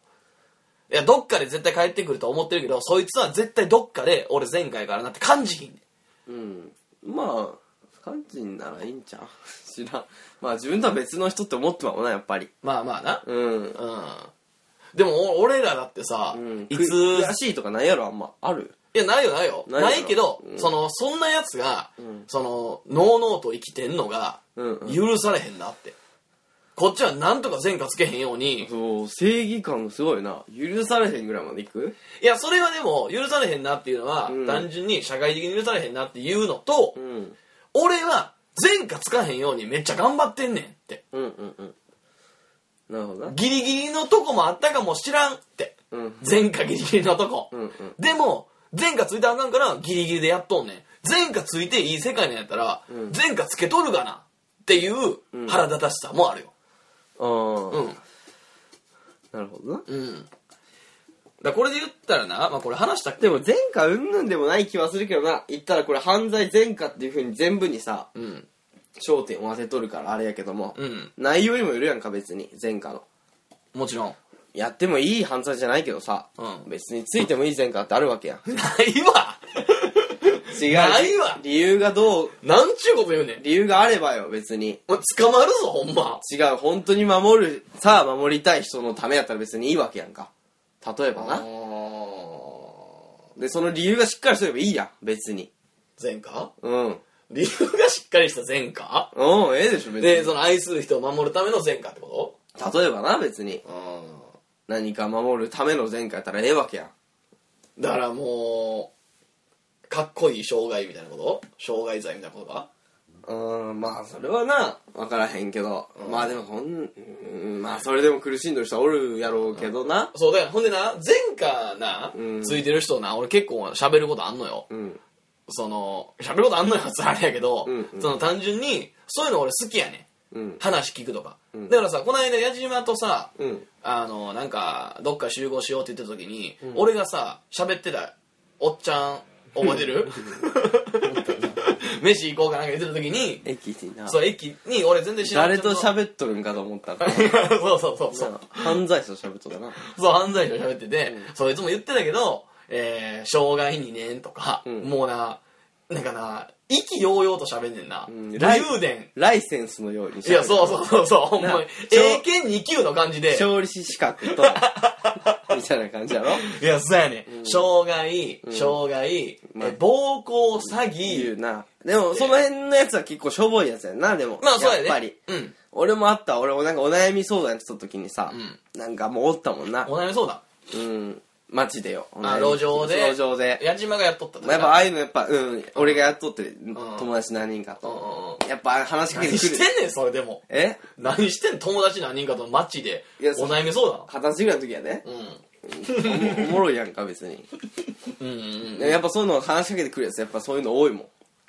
Speaker 2: いやどっかで絶対帰ってくると思ってるけどそいつは絶対どっかで俺前科やからなって感じひんねん
Speaker 1: うんまあ感じならいいんちゃう 知らんまあ自分とは別の人って思ってまうなやっぱり
Speaker 2: まあまあな
Speaker 1: うん、
Speaker 2: うんでもお俺らだってさ、
Speaker 1: うん、
Speaker 2: い
Speaker 1: く
Speaker 2: つ
Speaker 1: 悔しいとかないやろあんまある
Speaker 2: いや、ないよ、ないよ。
Speaker 1: な
Speaker 2: ないい
Speaker 1: よ
Speaker 2: けど、
Speaker 1: うん
Speaker 2: その、そんなやつが、
Speaker 1: ん
Speaker 2: その、ノーノーと生きてんのが、
Speaker 1: うんうん
Speaker 2: 許されへんなって。こっちはなんとか前科つけへんように、
Speaker 1: そう正義感すごいな許されへんぐらいまでいく
Speaker 2: いや、それはでも、許されへんなっていうのは、
Speaker 1: うん
Speaker 2: 単純に社会的に許されへんなっていうのと、
Speaker 1: うん
Speaker 2: 俺は、前科つかへんようにめっちゃ頑張ってんねんって。
Speaker 1: うんうんうんなるほどな
Speaker 2: ギリギリのとこもあったかもしらんって。
Speaker 1: うん
Speaker 2: 前科ギリギリのとこ。
Speaker 1: うんうん
Speaker 2: でも、前科ついてあかんからギリギリでやっとんねん。前科ついていい世界なんやったら、
Speaker 1: ん
Speaker 2: 前科つけとるがなっていう腹立たしさもあるよ。
Speaker 1: ああ、
Speaker 2: うん。
Speaker 1: なるほどな
Speaker 2: うん。だからこれで言ったらな、まあこれ話したっけ
Speaker 1: でも前科うんぬんでもない気はするけどな言ったらこれ犯罪前科っていうふうに全部にさ
Speaker 2: うん。
Speaker 1: 焦点を当てとるからあれやけども、
Speaker 2: うん。
Speaker 1: 内容にもよるやんか別に前科の
Speaker 2: もちろん。
Speaker 1: やってもいい犯罪じゃないけどさ、
Speaker 2: うん
Speaker 1: 別についてもいい前科ってあるわけやん
Speaker 2: ないわ
Speaker 1: 違う
Speaker 2: ないわ
Speaker 1: 理由がどう
Speaker 2: なんちゅうこと言うねん。
Speaker 1: 理由があればよ別に
Speaker 2: お前捕まるぞ、ほんま。
Speaker 1: 違う本当に守るさあ守りたい人のためやったら別にいいわけやんか例えばなでその理由がしっかりすればいいやん別に
Speaker 2: 前科
Speaker 1: うんうん
Speaker 2: 理由がしっかりした前科
Speaker 1: ええでしょ別に、
Speaker 2: で、その愛する人を守るための前科ってこ
Speaker 1: 例えばな別に
Speaker 2: とうん。
Speaker 1: 何か守るための前科やったらええわけやん
Speaker 2: だからもうかっこいい障害みたいなこと障害罪みたいなことか
Speaker 1: うーんまあそれはな分からへんけど、まあでもほんうーんまあそれでも苦しんどる人はおるやろうけどな
Speaker 2: そうだよほんでな前科な、
Speaker 1: うん
Speaker 2: ついてる人な俺結構喋ることあんのよ、
Speaker 1: うん
Speaker 2: その喋ることあんのよっつったらあれやけど、
Speaker 1: うんうん
Speaker 2: その単純にそういうの俺好きやね
Speaker 1: うん
Speaker 2: ん話聞くとか、
Speaker 1: ん
Speaker 2: だからさこの間矢島とさ、
Speaker 1: うん
Speaker 2: あのなんかどっか集合しようって言った時に、俺がさ喋ってたおっちゃん覚えてる 飯行こうかなんか言ってた時に
Speaker 1: 駅にな
Speaker 2: そう駅に俺全然知らん
Speaker 1: 誰と
Speaker 2: ちゃん
Speaker 1: 喋っとるんかと思ったら
Speaker 2: そうそうそうそう
Speaker 1: な犯罪者と喋っとるな
Speaker 2: そう犯罪者と喋ってて、そういつも言ってたけど、えー、障害2年とか、
Speaker 1: ん
Speaker 2: もうななんかな意気揚々と喋んねんな、
Speaker 1: ん
Speaker 2: 武勇伝
Speaker 1: ライセンスのように
Speaker 2: いやそう
Speaker 1: う
Speaker 2: そうそうそうほん
Speaker 1: な
Speaker 2: まに
Speaker 1: しょう
Speaker 2: 英検2級の感じで
Speaker 1: 調理師資 格とみたいな感じやろ
Speaker 2: いやそうやね、ん障害障害、
Speaker 1: まあ
Speaker 2: え暴行詐
Speaker 1: 言
Speaker 2: 欺
Speaker 1: うなでもその辺のやつは結構しょぼいやつやんなでも
Speaker 2: まあそうやね
Speaker 1: っぱり
Speaker 2: うん
Speaker 1: 俺もあった俺もなんかお悩み相談した時にさ、
Speaker 2: う
Speaker 1: なんかもうおったもんな
Speaker 2: お悩みそうだ
Speaker 1: うん街でよ
Speaker 2: あ路上で
Speaker 1: 路上で
Speaker 2: 矢島がやっとった
Speaker 1: まあやっぱああいうのやっぱうん俺がやっとって友達何人か
Speaker 2: うんうん
Speaker 1: と
Speaker 2: うん
Speaker 1: やっぱ話しかけて
Speaker 2: 何
Speaker 1: く
Speaker 2: し
Speaker 1: る
Speaker 2: てんねんそれでも
Speaker 1: え
Speaker 2: 何してん友達何人かと街で
Speaker 1: いやそ
Speaker 2: お悩みそう
Speaker 1: 二十歳ぐらいの時やね
Speaker 2: だうん
Speaker 1: おもおもろいやんか別に
Speaker 2: うんうん
Speaker 1: でもやっぱそういうの話しかけてくるやつやっぱそういうの多いもん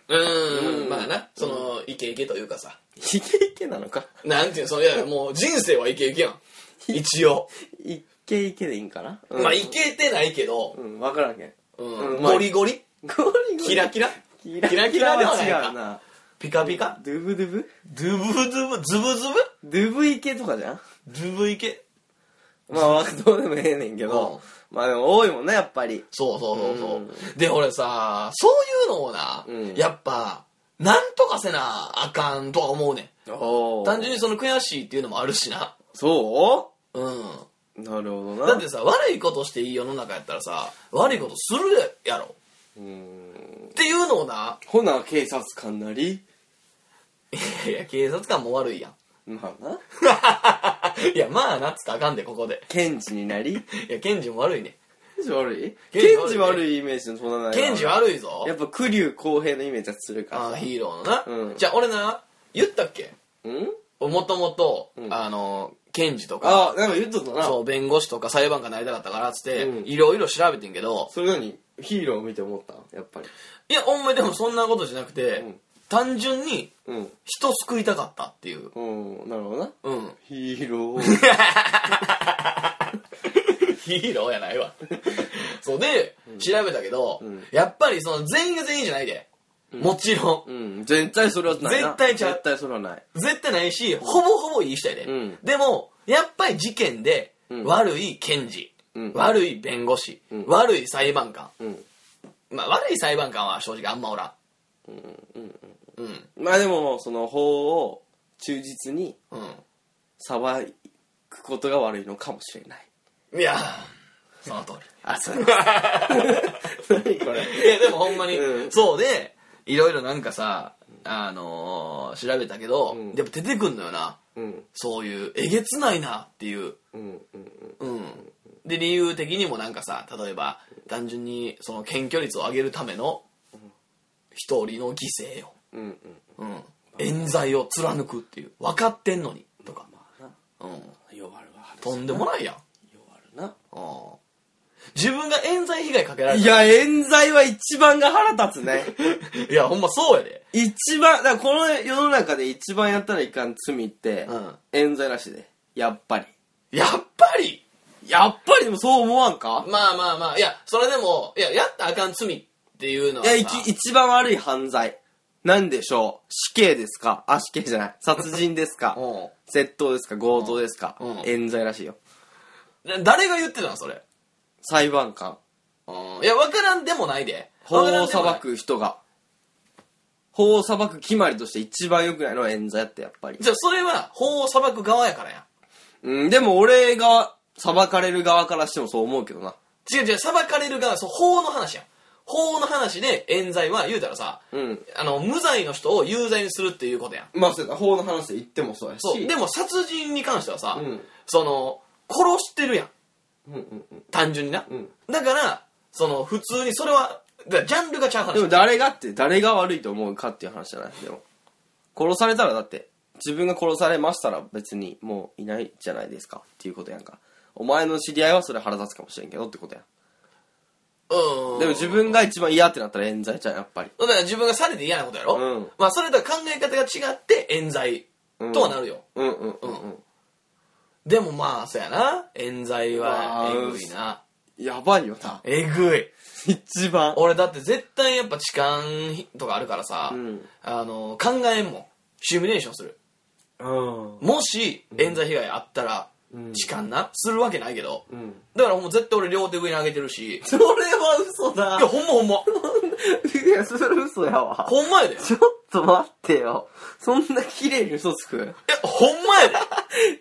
Speaker 2: うんまあなそのイケイケというかさ
Speaker 1: イケイケなのか
Speaker 2: なんていうのそのいやもう人生はイケイケ やん一応
Speaker 1: イケイケでいいんかな、うん、
Speaker 2: まあイケてないけど、
Speaker 1: うん分からんけん
Speaker 2: うん
Speaker 1: うん
Speaker 2: ゴリゴリ
Speaker 1: ゴリゴリ
Speaker 2: キラキラ
Speaker 1: キラ
Speaker 2: キラキラではないか
Speaker 1: 違うな
Speaker 2: ピカピカ
Speaker 1: ドゥブドゥブ
Speaker 2: ズブズブズブズ
Speaker 1: ドゥブイケとかじゃん
Speaker 2: ブズブイケ
Speaker 1: まあわどうでもええねんけど、まあでも多いもんねやっぱり
Speaker 2: そうそうそうそうで俺さそういうのをな、
Speaker 1: うん
Speaker 2: やっぱなんとかせなあかんとは思うねん単
Speaker 1: 単
Speaker 2: 純にその悔しいっていうのもあるしな
Speaker 1: そ
Speaker 2: うん
Speaker 1: うなるほどな
Speaker 2: だってさ悪いことしていい世の中やったらさ悪いことするやろ
Speaker 1: うーん
Speaker 2: っていうのをな
Speaker 1: ほな警察官なり
Speaker 2: いや警察官も悪いやん
Speaker 1: まあない
Speaker 2: やまあなっつったらあかんでここで
Speaker 1: 検事になり
Speaker 2: いや検事も悪いね
Speaker 1: 検事悪い検
Speaker 2: 検
Speaker 1: 事
Speaker 2: 事
Speaker 1: 悪
Speaker 2: 悪
Speaker 1: いイメージのそんなない
Speaker 2: 検事
Speaker 1: は
Speaker 2: 悪いぞ
Speaker 1: やっぱ栗生公平のイメージはする
Speaker 2: あ
Speaker 1: か
Speaker 2: ーヒーローのな、
Speaker 1: うん
Speaker 2: じゃあ俺な言ったっけ
Speaker 1: らうん
Speaker 2: 俺もともと
Speaker 1: ん
Speaker 2: あの検事とか
Speaker 1: あなんか言っとったな
Speaker 2: そう弁護士とか裁判官になりたかったからっつって
Speaker 1: うん
Speaker 2: いろいろ調べてんけど
Speaker 1: それなにヒーローを見て思ったやっぱり
Speaker 2: いやお前でもそんなことじゃなくて、
Speaker 1: うん
Speaker 2: 単純に
Speaker 1: うん
Speaker 2: 人救いたかったっていう。
Speaker 1: うんなるほどな
Speaker 2: うん。
Speaker 1: ヒーロー
Speaker 2: ヒーローやないわ。 そうで、調べたけど、
Speaker 1: ん
Speaker 2: やっぱりその全員が全員じゃないで。もちろ
Speaker 1: うん絶対それはないな
Speaker 2: 絶対ちゃう
Speaker 1: 絶対それはない
Speaker 2: ん。絶対ないし、ほぼほぼいい人やで。
Speaker 1: うん
Speaker 2: でも、やっぱり事件で、
Speaker 1: うん
Speaker 2: 悪い検事、
Speaker 1: うん
Speaker 2: 悪い弁護士、
Speaker 1: うん
Speaker 2: 悪い裁判官。
Speaker 1: うん
Speaker 2: まあ、悪い裁判官は正直あんまおらん。うん。
Speaker 1: まあでもその法を忠実に
Speaker 2: うん。
Speaker 1: 裁くことが悪いのかもしれない
Speaker 2: うん。いや、その通り。
Speaker 1: あそう 何これ
Speaker 2: いやでもほんまに、
Speaker 1: うん
Speaker 2: そうでいろいろなんかさあのー調べたけど、
Speaker 1: うん
Speaker 2: やっぱ出てくんのよな
Speaker 1: うん
Speaker 2: そういうえげつないなっていう
Speaker 1: うんうん
Speaker 2: うんで理由的にもなんかさ例えば単純にその検挙率を上げるための一人の犠牲よ、
Speaker 1: うん
Speaker 2: う
Speaker 1: うん
Speaker 2: ん、冤罪を貫くっていう分かってんのにとか、
Speaker 1: な
Speaker 2: うん、
Speaker 1: 弱るわ
Speaker 2: とんでもないやん、
Speaker 1: 弱るな
Speaker 2: うん、自分が冤罪被害かけられ
Speaker 1: い
Speaker 2: た
Speaker 1: や冤罪は一番が腹立つね
Speaker 2: いやほんまそうやで
Speaker 1: 一番だからこの世の中で一番やったらいかん罪って、
Speaker 2: うん
Speaker 1: 冤罪らしいでやっぱり
Speaker 2: やっぱり
Speaker 1: やっぱりでもそう思わんか
Speaker 2: まあまあまあ、いや、それでも、いや、やったらあかん罪っていうのはいさ。
Speaker 1: やいき一番悪い犯罪なんでしょう死刑ですかあ死刑じゃない殺人です か
Speaker 2: うん
Speaker 1: 窃盗ですか強盗ですか、
Speaker 2: うん
Speaker 1: 冤罪らしいよ
Speaker 2: だ誰が言ってたのそれ。
Speaker 1: 裁判官
Speaker 2: うん。いや、わからんでもないで。
Speaker 1: 法
Speaker 2: わから
Speaker 1: を
Speaker 2: んでもない
Speaker 1: 裁。く人が法を裁く決まりとして一番良くないのは冤罪やってやっぱり
Speaker 2: じゃあ、それは法を裁く側やからやん。
Speaker 1: うんでも俺が裁かれる側からしてもそう思うけどな
Speaker 2: 違う違う、裁かれる側、そう、法の話やん。法の話で冤罪は言うたらさ、
Speaker 1: うん
Speaker 2: あの、無罪の人を有罪にするっていうことやん。
Speaker 1: まあそうやな法の話で言ってもそうやし
Speaker 2: そう。でも殺人に関してはさ、
Speaker 1: うん
Speaker 2: その、殺してるやん。
Speaker 1: うんうんうん
Speaker 2: 単純にな。
Speaker 1: うん
Speaker 2: だから、その、普通にそれは、だからジャンルがちゃう話。
Speaker 1: でも誰がって誰が悪いと思うかっていう話じゃないでも殺されたらだって自分が殺されましたら別にもういないじゃないですかっていうことやんかお前の知り合いはそれ腹立つかもしれんけどってことやん
Speaker 2: うん。
Speaker 1: でも自分が一番嫌ってなったら冤罪じゃんやっぱり
Speaker 2: だから自分がされて嫌なことやろ、
Speaker 1: うん
Speaker 2: まあそれとは考え方が違って冤罪とはなるよ、
Speaker 1: うんうんうんうん
Speaker 2: でもまあそうやな冤罪はえ
Speaker 1: うわー
Speaker 2: ぐいな
Speaker 1: やばいよな
Speaker 2: えぐい
Speaker 1: 一番
Speaker 2: 俺だって絶対やっぱ痴漢とかあるからさ、
Speaker 1: うん
Speaker 2: あの考えんもんシミュレーションする
Speaker 1: うん
Speaker 2: もし冤罪被害あったら
Speaker 1: うん
Speaker 2: 痴漢なするわけないけど、
Speaker 1: うん
Speaker 2: だからもう絶対俺両手上に上げてるしい
Speaker 1: それは嘘だ
Speaker 2: やほんまほんま
Speaker 1: いやそれ嘘やわ
Speaker 2: ほんまやでい
Speaker 1: ちょっと待ってよそんな綺麗に嘘つく
Speaker 2: やほんまやで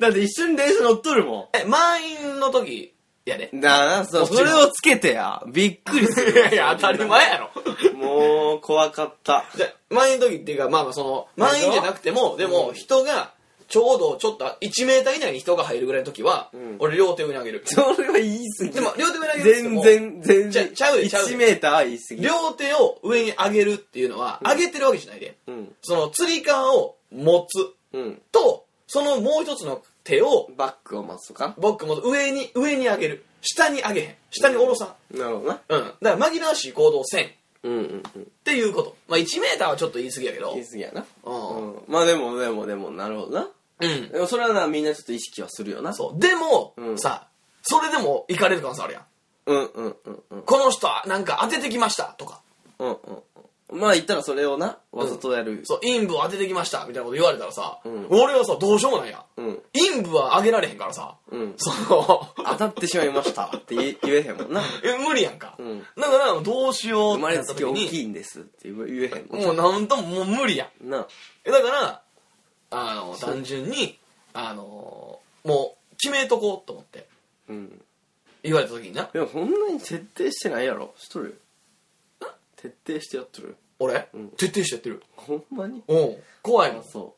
Speaker 1: だって一瞬電車乗っとるもん
Speaker 2: え 満員の時やで
Speaker 1: なあ、そう、
Speaker 2: もち
Speaker 1: そ
Speaker 2: ろん
Speaker 1: れをつけてや。びっくりする。
Speaker 2: いやいや当たり前やろ
Speaker 1: もう、怖かった。
Speaker 2: じゃあ満員の時っていうかまあまあその満員じゃなくてもでも人がちょうどちょっと1メーター以内に人が入るぐらいの時は、
Speaker 1: ん
Speaker 2: 俺両手上に上げる
Speaker 1: それは言い過ぎ。
Speaker 2: でも両手上に上げるって言
Speaker 1: 全
Speaker 2: っても
Speaker 1: 然、全
Speaker 2: ちゃ
Speaker 1: 然。
Speaker 2: ちゃうよちゃうよ
Speaker 1: 1メーターは言い過ぎ。
Speaker 2: 両手を上に上げるっていうのは、上げてるわけじゃないで、
Speaker 1: うん。
Speaker 2: そのつり革を持つ
Speaker 1: うん。
Speaker 2: とそのもう一つの手を
Speaker 1: バックを待つとか。
Speaker 2: 僕も上に上に上げる下に上げへん下に下ろさ
Speaker 1: なるほどな。
Speaker 2: ん、うん、だから紛らわしい行動せんっ
Speaker 1: うんうんうん。
Speaker 2: ていうことまあ1メーターはちょっと言い過ぎやけど
Speaker 1: 言い過ぎやな。
Speaker 2: うん
Speaker 1: うん。まあでも、でも、でも、なるほどな。
Speaker 2: うん
Speaker 1: でも、それはな、みんなちょっと意識はするよな。
Speaker 2: そう。でも、
Speaker 1: うん
Speaker 2: さ、それでも行かれる可能性あるやん。
Speaker 1: う。うんうんうんうん。
Speaker 2: この人はなんか当ててきましたとか、
Speaker 1: うんうんうん。まあ、言ったらそれをな、わざとやる。
Speaker 2: そう、陰部を当ててきましたみたいなこと言われたらさ、
Speaker 1: うん
Speaker 2: 俺はさ、どうしようもないやん。
Speaker 1: うん。
Speaker 2: 陰部は上げられへんからさ、
Speaker 1: うん。
Speaker 2: その、
Speaker 1: 当たってしまいましたって言え言えへんもんな。
Speaker 2: え無理やんか。
Speaker 1: うん
Speaker 2: だから、どうしよう
Speaker 1: 生
Speaker 2: って
Speaker 1: まれ
Speaker 2: なっ
Speaker 1: つ
Speaker 2: た
Speaker 1: き
Speaker 2: 時
Speaker 1: 大
Speaker 2: に、
Speaker 1: きいんですって言えへんもんな
Speaker 2: もうなんとももう無理やん。
Speaker 1: な
Speaker 2: えだから、あの、単純に、あの、もう決めとこうと思って
Speaker 1: うん
Speaker 2: 言われた時にな、
Speaker 1: でもそんなに徹底してないやろしとるよ徹底してやっとる
Speaker 2: 俺、
Speaker 1: うん
Speaker 2: 徹底してやってる。
Speaker 1: ほんまに
Speaker 2: うん、怖いも
Speaker 1: あ
Speaker 2: ん。
Speaker 1: そ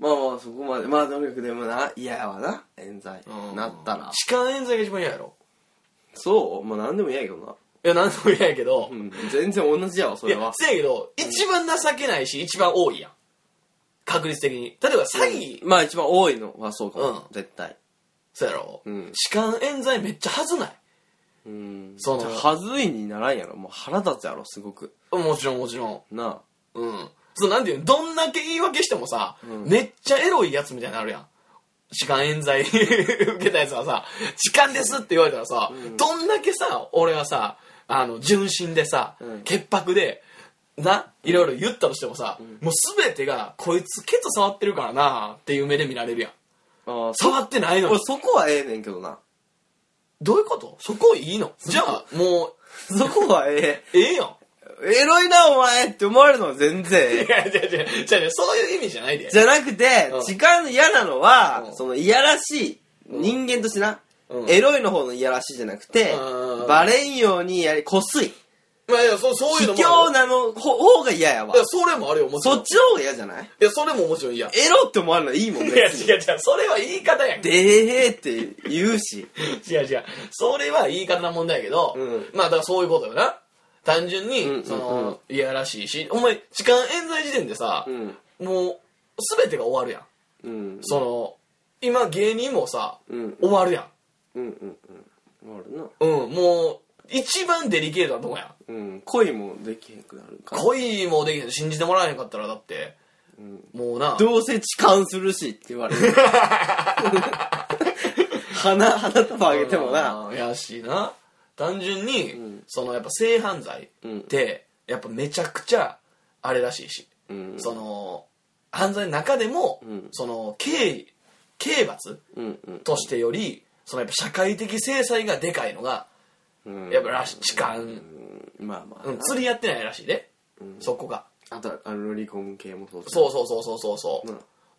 Speaker 1: うまあまあそこまでまあ努力でもな嫌やわな冤罪
Speaker 2: うん
Speaker 1: なったら
Speaker 2: 痴漢冤罪が一番嫌やろ。
Speaker 1: そうまあ何でも嫌やけどない
Speaker 2: や、なんでも嫌やけど、
Speaker 1: うん全然同じやわそ
Speaker 2: い
Speaker 1: れ
Speaker 2: や
Speaker 1: は、
Speaker 2: せやけど、一番情けないし、一番多いやん。確率的に。例えば詐欺、
Speaker 1: まあ一番多いのはそうかも、
Speaker 2: うん
Speaker 1: 絶対
Speaker 2: そうやろ、
Speaker 1: うん
Speaker 2: 痴漢冤罪めっちゃはずない
Speaker 1: うん
Speaker 2: その
Speaker 1: じゃあはずいにならんやろもう腹立つやろすごく
Speaker 2: もちろんもちろん。
Speaker 1: なあ
Speaker 2: うん。そのなんていうのどんだけ言い訳してもさ、めっちゃエロいやつみたいになるやん痴漢冤罪 受けたやつはさ痴漢ですって言われたらさ、どんだけさ俺はさあの純真でさ、
Speaker 1: ん
Speaker 2: 潔白でないろいろ言ったとしてもさ、もう全てがこいつケツ触ってるからなっていう目で見られるやん
Speaker 1: ああそ
Speaker 2: 触ってないのに
Speaker 1: 俺そこはええねんけど な
Speaker 2: どういうことそこいいのじゃあもう
Speaker 1: そこはえ
Speaker 2: ええやん
Speaker 1: えエロいなお前って思われるのは全然ええ
Speaker 2: いや、違う違う違う違う、そういう意味じゃないで。
Speaker 1: じゃなくて
Speaker 2: うん、
Speaker 1: 時間の嫌なのは
Speaker 2: う、ん
Speaker 1: そのいやらしい、人間としてな、
Speaker 2: うん
Speaker 1: エロいの方のいやらしいじゃなくて
Speaker 2: うん、
Speaker 1: バレんようにやり、こすい。
Speaker 2: まあ、いや、そう、そういうの
Speaker 1: 卑
Speaker 2: もあ
Speaker 1: 怯
Speaker 2: る
Speaker 1: なのほ方が嫌やわ
Speaker 2: よ。い。や、それもあるよ、もちろん。
Speaker 1: そっちの方が嫌じゃない
Speaker 2: いや、それももちろんいいや。
Speaker 1: エロって思われるのいいも
Speaker 2: い
Speaker 1: ん
Speaker 2: や、
Speaker 1: 別に。
Speaker 2: 違う違う、それは言い方やん。違
Speaker 1: でへへって言うし。
Speaker 2: う違う、それは言い方の問題やけど、
Speaker 1: うん
Speaker 2: まあ、だからそういうことよな。単純に、
Speaker 1: うんうんうん
Speaker 2: その、いやらしいし、お前、痴漢冤罪時点でさ、
Speaker 1: うん。
Speaker 2: もう、すべてが終わるやん。
Speaker 1: うん。
Speaker 2: その、今、芸人もさ、
Speaker 1: うん。
Speaker 2: 終わるやん。
Speaker 1: うん。うん。うん。あるな。
Speaker 2: うん、もう、一番デリケートなとこやん。
Speaker 1: うん。恋もできへんくなるから。
Speaker 2: 恋もできへん、信じてもらえへんかったら、だって、
Speaker 1: うん
Speaker 2: もうな、
Speaker 1: どうせ痴漢するしって言われる。 花、花束あげてもな。
Speaker 2: うんやしな単純に、
Speaker 1: ん
Speaker 2: そのやっぱ性犯罪って、やっぱめちゃくちゃあれらしいし、
Speaker 1: うん
Speaker 2: その犯罪の中でも、
Speaker 1: ん
Speaker 2: その刑刑罰
Speaker 1: うんうん
Speaker 2: としてよりそのやっぱ社会的制裁がでかいのが
Speaker 1: うん
Speaker 2: やっぱらし痴漢、
Speaker 1: うんまあまあ、
Speaker 2: うん、釣りやってないらしいで、そこが
Speaker 1: あとはあのロリコン系もそうだし
Speaker 2: そうそうそうそうそうそ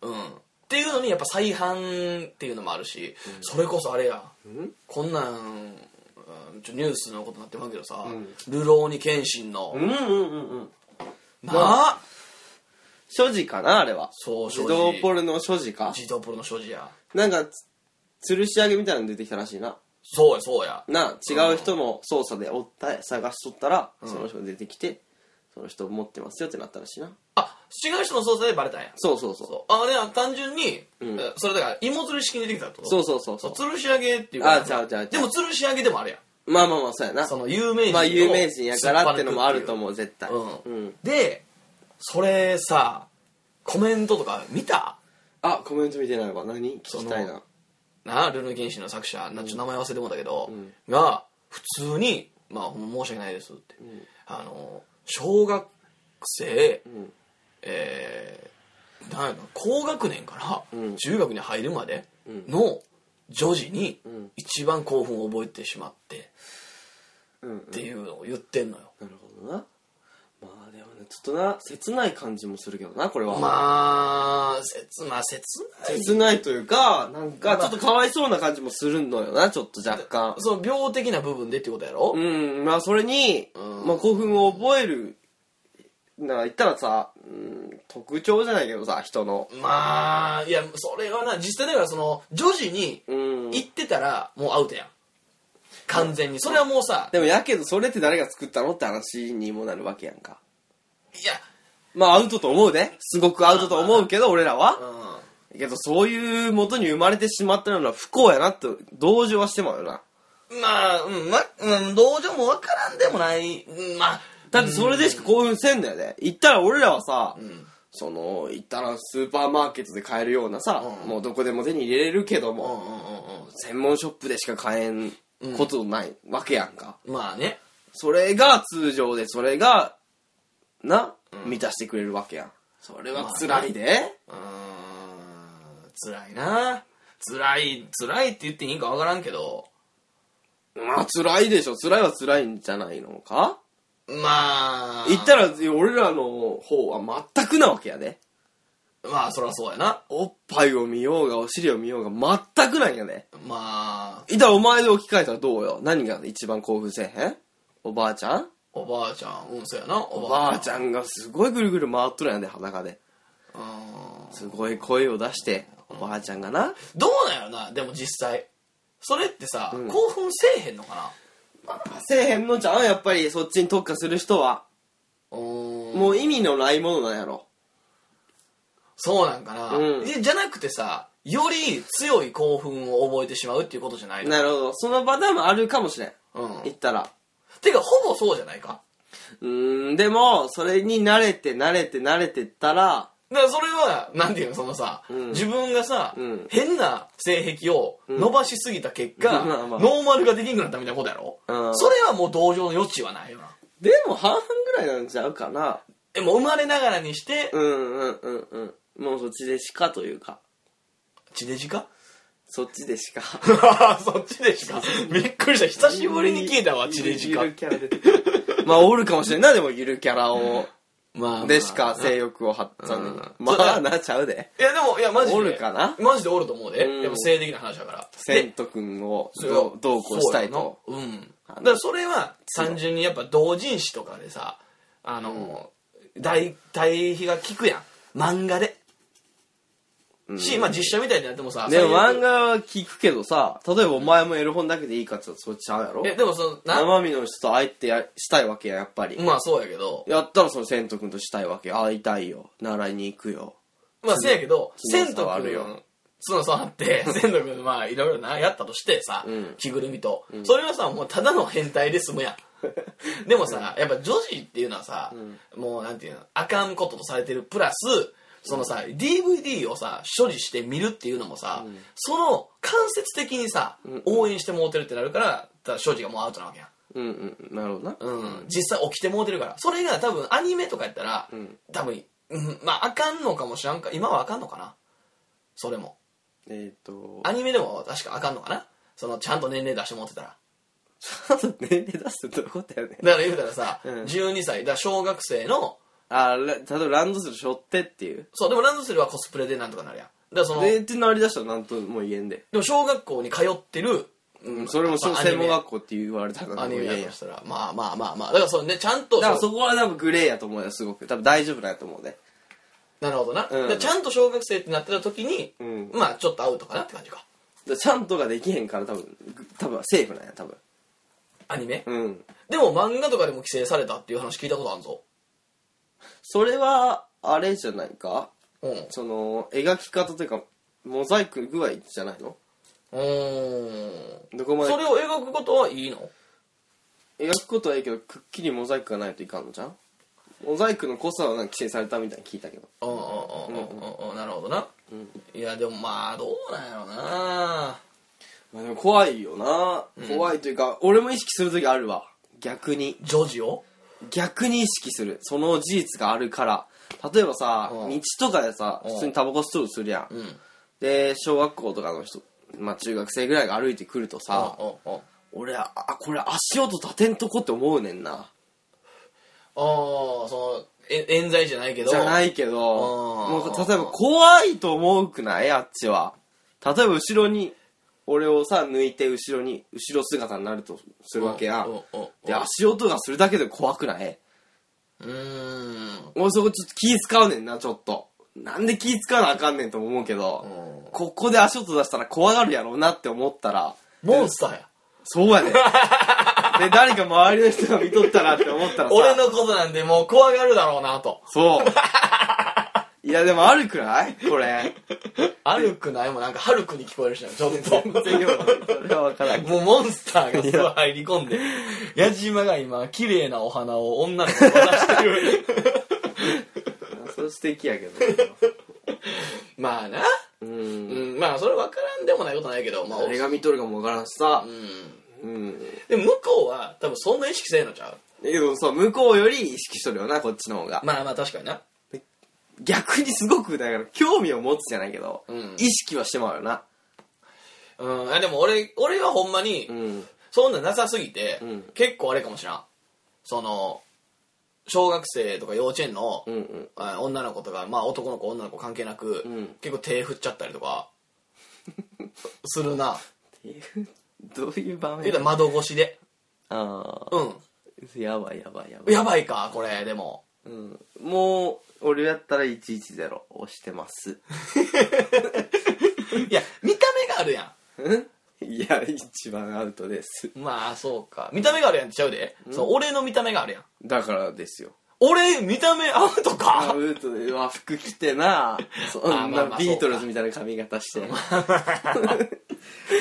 Speaker 2: う、
Speaker 1: うん
Speaker 2: うんっていうのにやっぱ再犯っていうのもあるし、それこそあれや、こんなん、うんちょニュースのことになってますけどさ「流浪に謙信の
Speaker 1: う」んうんうんうん
Speaker 2: なあ
Speaker 1: 所持かなあれは
Speaker 2: そう所
Speaker 1: 自
Speaker 2: 持
Speaker 1: 動ポルの所持か
Speaker 2: 自動プロの所持や
Speaker 1: なんかつ吊るし上げみたいなの出てきたらしいな
Speaker 2: そうやそうや
Speaker 1: な違う人の捜査で追った探しとったら、その人が出てきてその人持ってますよってなったらしいな
Speaker 2: あ違う人の捜査でバレたんや
Speaker 1: そうそうそう
Speaker 2: そうあでも単純に、
Speaker 1: うん
Speaker 2: えそれだから芋吊る式に出てきたってこと
Speaker 1: そうそうそう
Speaker 2: そ
Speaker 1: そう
Speaker 2: 吊
Speaker 1: う
Speaker 2: るし上げっていうか
Speaker 1: あちゃうちゃうち
Speaker 2: で
Speaker 1: ゃう
Speaker 2: も吊るし上げでもあれや
Speaker 1: まあまあまあそうやな
Speaker 2: その有名人を
Speaker 1: まあ有名人やからってのもあると思う絶対
Speaker 2: うん
Speaker 1: うん、
Speaker 2: でそれさコメントとか見た
Speaker 1: あコメント見てないわ何聞きたい
Speaker 2: そ
Speaker 1: な
Speaker 2: のなルル原始の作者なちょっと名前忘れてもらったけど、が普通に「まあ、ほんま申し訳ないです」って、あの小学生、
Speaker 1: ん
Speaker 2: えーなんやろ高学年から
Speaker 1: うん
Speaker 2: 中学に入るまでの女児に
Speaker 1: ん
Speaker 2: 一番興奮を覚えてしまって
Speaker 1: うんうん
Speaker 2: っていうのを言ってんのよ、
Speaker 1: なるほどなまあでもねちょっとな切ない感じもするけどなこれは
Speaker 2: まあ切まあ切ない
Speaker 1: 切ないというかなんか
Speaker 2: まあ
Speaker 1: ちょっとかわいそうな感じもするのよなちょっと若干
Speaker 2: その病的な部分でってことやろ、
Speaker 1: うんまあそれに、
Speaker 2: うん
Speaker 1: まあ、興奮を覚えるな言ったらさ、うん、特徴じゃないけどさ人の
Speaker 2: まあいやそれはな実際だからその女児に
Speaker 1: うん
Speaker 2: 行ってたらもうアウトやん完全にそれはもうさ
Speaker 1: でもやけどそれって誰が作ったのって話にもなるわけやんか
Speaker 2: いや
Speaker 1: まあアウトと思うで、すごくアウトと思うけど俺らは、
Speaker 2: うん
Speaker 1: けどそういう元に生まれてしまったのは不幸やなって同情はしてもらうよな
Speaker 2: まあうんまうん同情もわからんでもないうんまあ
Speaker 1: だってそれでしか興奮せんだよね行ったら俺らはさ、
Speaker 2: ん
Speaker 1: その行ったらスーパーマーケットで買えるようなさ、
Speaker 2: うん
Speaker 1: もうどこでも手に入れれるけど
Speaker 2: うんうん
Speaker 1: も、
Speaker 2: うんう
Speaker 1: 専門ショップでしか買えんことないわけやんか、
Speaker 2: んまあね
Speaker 1: それが通常でそれがな、満たしてくれるわけやんそれは辛いで、
Speaker 2: うーん辛いな辛い辛いって言っていいんかわからんけど
Speaker 1: まあ辛いでしょ辛いは辛いんじゃないのか
Speaker 2: まあ
Speaker 1: 行ったら俺らの方は全くなわけやで
Speaker 2: まあそりゃそうやな
Speaker 1: おっぱいを見ようがお尻を見ようが全くないやで
Speaker 2: まあ
Speaker 1: いたらお前で置き換えたらどうよ何が一番興奮せえへんおばあちゃん
Speaker 2: おばあちゃんうんそうやなお
Speaker 1: おばあちゃ
Speaker 2: ん
Speaker 1: んがすごいぐるぐる回っとるんやで裸で
Speaker 2: うん
Speaker 1: すごい声を出しておばあちゃんがな
Speaker 2: どうなんやろなでも実際それってさ、
Speaker 1: うん
Speaker 2: 興奮せえへんのかな
Speaker 1: せえへんのじゃんやっぱりそっちに特化する人は
Speaker 2: も
Speaker 1: も
Speaker 2: う
Speaker 1: う意味のないものなんやろ
Speaker 2: そうなんかな、
Speaker 1: うん
Speaker 2: えじゃなくてさより強い興奮を覚えてしまうっていうことじゃないの
Speaker 1: なるほどそのパターンもあるかもしれん
Speaker 2: うん
Speaker 1: 行ったら
Speaker 2: てかほぼそうじゃないか
Speaker 1: うーん、でも、それに慣れて慣れて慣れてったら、
Speaker 2: だからそれは、なんていうの、そのさ、
Speaker 1: うん
Speaker 2: 自分がさ、
Speaker 1: うん
Speaker 2: 変な性癖を伸ばしすぎた結果、
Speaker 1: うんまあま
Speaker 2: ノ
Speaker 1: あ
Speaker 2: ーマルができんくなったみたいなことやろ、
Speaker 1: うん
Speaker 2: それはもう同情の余地はないよな。
Speaker 1: でも半々ぐらいなんちゃうかな。
Speaker 2: でも生まれながらにして、
Speaker 1: うんうんうんうん。もうそっちでしかというか、
Speaker 2: 地デジか
Speaker 1: そっちでしか。
Speaker 2: そっちで しか。びっくりした。久しぶりに聞いたわ、地デジか
Speaker 1: ゆ。るキャラで。まあ、おるかもしれんな、でもゆるキャラを、
Speaker 2: まあまあ
Speaker 1: でしか性欲を張ったのに
Speaker 2: うん。
Speaker 1: まあ、なっちゃうで。
Speaker 2: いやでも、いやマジで。
Speaker 1: おるかな
Speaker 2: マジでおると思うで。
Speaker 1: うん
Speaker 2: やっぱ性的な話だから。
Speaker 1: セント君を
Speaker 2: それは
Speaker 1: どうどうこうしたいと。
Speaker 2: そうやなうん
Speaker 1: あ
Speaker 2: だ
Speaker 1: の
Speaker 2: からそれは単純にやっぱ同人誌とかでさあの、大対比が効くやん漫画で、し、まあ、実写みたいになってもさ
Speaker 1: でも
Speaker 2: 最悪
Speaker 1: 漫画は聞くけどさ、例えばお前もエロ本だけでいいかって言ったらそっちゃうやろ
Speaker 2: えでもそのな
Speaker 1: 生身の人と会ってやしたいわけや、やっぱり。
Speaker 2: まあそうやけど
Speaker 1: やったらそのセント君としたいわけ。会いたいよ。習いに行くよ。
Speaker 2: まあせやけど
Speaker 1: 強
Speaker 2: 千
Speaker 1: さ
Speaker 2: と
Speaker 1: はある
Speaker 2: 君
Speaker 1: よ
Speaker 2: そうそうあって千と君まあいろいろなやったとしてさ、
Speaker 1: うん
Speaker 2: 着ぐるみと、それはさもうただの変態で済むや んでもさやっぱ女子っていうのはさ、もうなんていうのあかんこととされてるプラスそのさ、DVD をさ処理して見るっていうのもさ、その間接的にさ、応援してもうてるってなるからただ所持がもうアウトなわけやん
Speaker 1: うんうん。なるほどな。
Speaker 2: うん、実際起きてもうてるからそれが多分アニメとかやったら、多分、うん、まああかんのかもしらんか今はあかんのかなそれも
Speaker 1: えっと。
Speaker 2: アニメでも確かあかんのかなそのちゃんと年齢出してもうてたら
Speaker 1: ちょっと年齢出すってどういうことやねん
Speaker 2: だから言うたらさ、
Speaker 1: うん
Speaker 2: 12歳だから小学生の
Speaker 1: あ、ら例えばランドセル背負ってっていう。
Speaker 2: そうでもランドセルはコスプレでなんとかなるやんだからその
Speaker 1: で、
Speaker 2: で
Speaker 1: ってなりだしたらなんとも言えんで。
Speaker 2: も小学校に通ってる、
Speaker 1: う、
Speaker 2: うん
Speaker 1: それも小専門
Speaker 2: 学
Speaker 1: 学校って言われたら
Speaker 2: ア
Speaker 1: なん
Speaker 2: ニ
Speaker 1: とも
Speaker 2: メ
Speaker 1: 言
Speaker 2: や
Speaker 1: えん
Speaker 2: る
Speaker 1: や
Speaker 2: と。したらまあまあまあまあだからそのねちゃんと
Speaker 1: だからそこは多分グレーやと思うよ、すごく。多分大丈夫なんやと思うね。
Speaker 2: なるほどな、
Speaker 1: うん
Speaker 2: だからちゃんと小学生ってなってた時に、
Speaker 1: うん
Speaker 2: まあちょっとアウトかなって感じか
Speaker 1: だからちゃんとができへんから多分、ぐ多分セーフなんや、多分。
Speaker 2: アニメ、
Speaker 1: うん。
Speaker 2: でも漫画とかでも規制されたっていう話聞いたことあるぞ。
Speaker 1: それは、あれじゃないか
Speaker 2: うん。う
Speaker 1: その、描き方というか、モザイク具合じゃないの
Speaker 2: ーん。
Speaker 1: どこまで
Speaker 2: それを描くことはいいの
Speaker 1: 描くことはいいけどくっきりモザイクがないといかんのじゃんモザイクの濃さはなんか規制されたみたいに聞いたけど
Speaker 2: うんうんうんうんうんうん。なるほどな。いや、でもまあ、どうなんやろうな。
Speaker 1: まあでも怖いよな、怖いというか俺も意識する時あるわ逆に
Speaker 2: ジョジを
Speaker 1: 逆に意識するその事実があるから例えばさ、
Speaker 2: うん
Speaker 1: 道とかでさ
Speaker 2: うん
Speaker 1: 普通にタバコ吸うとするやん、
Speaker 2: うん。うん
Speaker 1: で小学校とかの人まあ中学生ぐらいが歩いてくるとさ、
Speaker 2: うんうん。
Speaker 1: 俺あこれ足音立てんとこって思うねんな
Speaker 2: ああ、その、え冤罪じゃないけど。
Speaker 1: じゃないけど
Speaker 2: うん
Speaker 1: もう例えば怖いと思うくないあっちは例えば後ろに俺をさ抜いて後ろに後ろ姿になるとするわけや
Speaker 2: うんうん
Speaker 1: ん
Speaker 2: うん
Speaker 1: で足音がするだけで怖くないう
Speaker 2: ーん。
Speaker 1: 俺そこちょっと気使うねんなちょっとなんで気使わなあかんねんとも思うけど
Speaker 2: うん
Speaker 1: ここで足音出したら怖がるやろうなって思ったら
Speaker 2: モンスターや。
Speaker 1: そう やねんで誰か周りの人が見とったらって思ったらさ
Speaker 2: 俺のことなんでもう怖がるだろうなと。
Speaker 1: そう いやでもあるくないこれ
Speaker 2: アルクないもなんかハルクに聞こえるしな、ちょっ と。
Speaker 1: 全然よそれは分からん
Speaker 2: もうモンスターがすごい入り込んで、矢島が今、綺麗なお花を女の子に渡してる。
Speaker 1: そう素敵やけど
Speaker 2: まあな。
Speaker 1: う
Speaker 2: うんん、まあそれ分からんでもないことないけど、まあ、
Speaker 1: 誰が見とるかも分からんしさ
Speaker 2: う、ん。
Speaker 1: うん、
Speaker 2: でも向こうは多分そんな意識せえのちゃう
Speaker 1: だけどそう向こうより意識しとるよなこっちの方が
Speaker 2: まあまあ確かにな。
Speaker 1: 逆にすごくだから興味を持つじゃないけど、
Speaker 2: うん
Speaker 1: 意識はしてまうよな
Speaker 2: うん、あでも俺、俺はほんまに、
Speaker 1: ん
Speaker 2: そんななさすぎて、
Speaker 1: うん
Speaker 2: 結構あれかもしらん。その、小学生とか幼稚園の、
Speaker 1: うんうん
Speaker 2: あ女の子とか、まあ男の子女の子関係なく、
Speaker 1: うん
Speaker 2: 結構手振っちゃったりと か、するな。
Speaker 1: っていうどういう場
Speaker 2: 言
Speaker 1: 面
Speaker 2: うたら窓越しで。
Speaker 1: あ
Speaker 2: うん。
Speaker 1: あやばいやばいやばい
Speaker 2: やばいか、これ、でも。
Speaker 1: うん、もう俺やったら110押してます
Speaker 2: いや、見た目があるや
Speaker 1: いや一番アウトです
Speaker 2: ん。まあ、そうか。見た目があるやんってちゃうで。そう、俺の見た目があるやん。
Speaker 1: だからですよ
Speaker 2: 俺、見た目アウト
Speaker 1: ア
Speaker 2: か
Speaker 1: ウトで和服着てなそん
Speaker 2: あまあま
Speaker 1: な
Speaker 2: あ
Speaker 1: ビートルズみたいな髪型して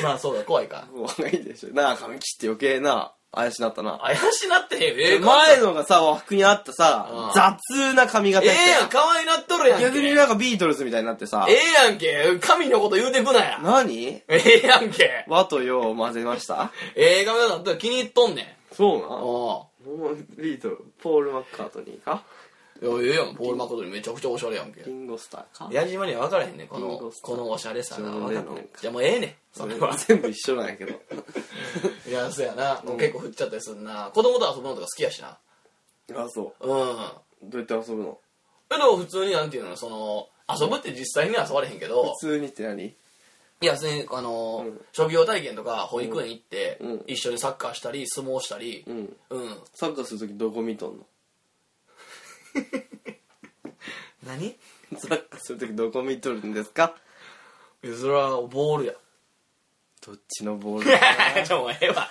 Speaker 2: まあ、そうだ、怖いか。
Speaker 1: 怖いでしょなあ髪切って余計な怪しなったな。
Speaker 2: 怪しなってねえよ。ええ
Speaker 1: 前のがさ、和服にあった
Speaker 2: う
Speaker 1: さ
Speaker 2: ん、
Speaker 1: 雑な髪型
Speaker 2: ええ
Speaker 1: やった
Speaker 2: やん、可愛いなっとるやんけ。
Speaker 1: 逆になんかビートルズみたいになってさ
Speaker 2: え、えやんけ。神のこと言うてくなや。
Speaker 1: 何
Speaker 2: ええやんけ。
Speaker 1: 和と洋を混ぜました
Speaker 2: ええ髪型だったら気に入っとんねん。
Speaker 1: そう
Speaker 2: あ
Speaker 1: な
Speaker 2: あ。
Speaker 1: ビートル、ポール・マッカートニーか
Speaker 2: いや、ええやん。ポール・マコトにめちゃくちゃおしゃれやんけ
Speaker 1: リ。ンゴスターか
Speaker 2: 矢島には分からへんねん、こ
Speaker 1: リン
Speaker 2: の
Speaker 1: ゴス、ター
Speaker 2: このおしゃれさが。
Speaker 1: ジョン
Speaker 2: 分
Speaker 1: レ
Speaker 2: か
Speaker 1: ノン
Speaker 2: ん
Speaker 1: か
Speaker 2: ない。じゃあもうええねん。それは。
Speaker 1: 全部一緒なんやけど。
Speaker 2: いや、そうやな。結構振っちゃったりすんな。子供と遊ぶのとか好きやしな。
Speaker 1: あ、そう。
Speaker 2: うん。
Speaker 1: どうやって遊ぶの
Speaker 2: けど、普通になんていうの、その、遊ぶって実際には遊ばれへんけど、
Speaker 1: 普通にって何
Speaker 2: いや、別に、あの、
Speaker 1: うん
Speaker 2: 職業体験とか、保育園行って、
Speaker 1: うん
Speaker 2: 一緒にサッカーしたり、相撲したり
Speaker 1: う、ん。
Speaker 2: うん。
Speaker 1: サッカーするときどこ見とんの
Speaker 2: 何い
Speaker 1: サッカーするときどこ見とるんですか
Speaker 2: や、それは、ボールや。
Speaker 1: どっちのボール
Speaker 2: じゃあもうええ わ。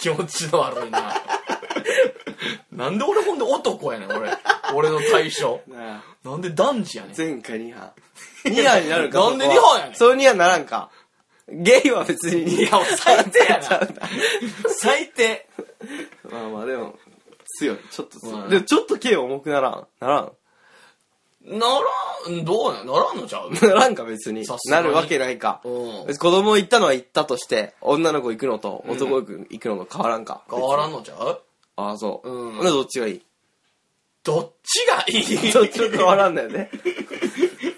Speaker 2: 気持ちの悪いな。なんで俺ほんで男やねん、俺。俺の対象。
Speaker 1: なあ
Speaker 2: なんで男児やねん。
Speaker 1: 前回2波。2波 になるか
Speaker 2: なんで
Speaker 1: そこ
Speaker 2: 二波
Speaker 1: は
Speaker 2: やねん
Speaker 1: そう2波にならんか。ゲイは別に2波。
Speaker 2: 最低や
Speaker 1: ち
Speaker 2: な。
Speaker 1: ゃうな
Speaker 2: 最低。
Speaker 1: まあまあでも、強い。ちょっと強
Speaker 2: う
Speaker 1: い。
Speaker 2: ん
Speaker 1: でもちょっと刑重くならん。ならん。
Speaker 2: ならん、どうなんならんのちゃう
Speaker 1: ならんか別に
Speaker 2: さ。すが
Speaker 1: な
Speaker 2: に
Speaker 1: るわけないか。
Speaker 2: うん
Speaker 1: 子。供行ったのは行ったとして、女の子行くのと男の子行くのと変わらんか。
Speaker 2: 変わらんのちゃう
Speaker 1: ああ、そう。
Speaker 2: うん
Speaker 1: ほなどっちがい い
Speaker 2: どっちがいい
Speaker 1: どっちも変わらんだよね。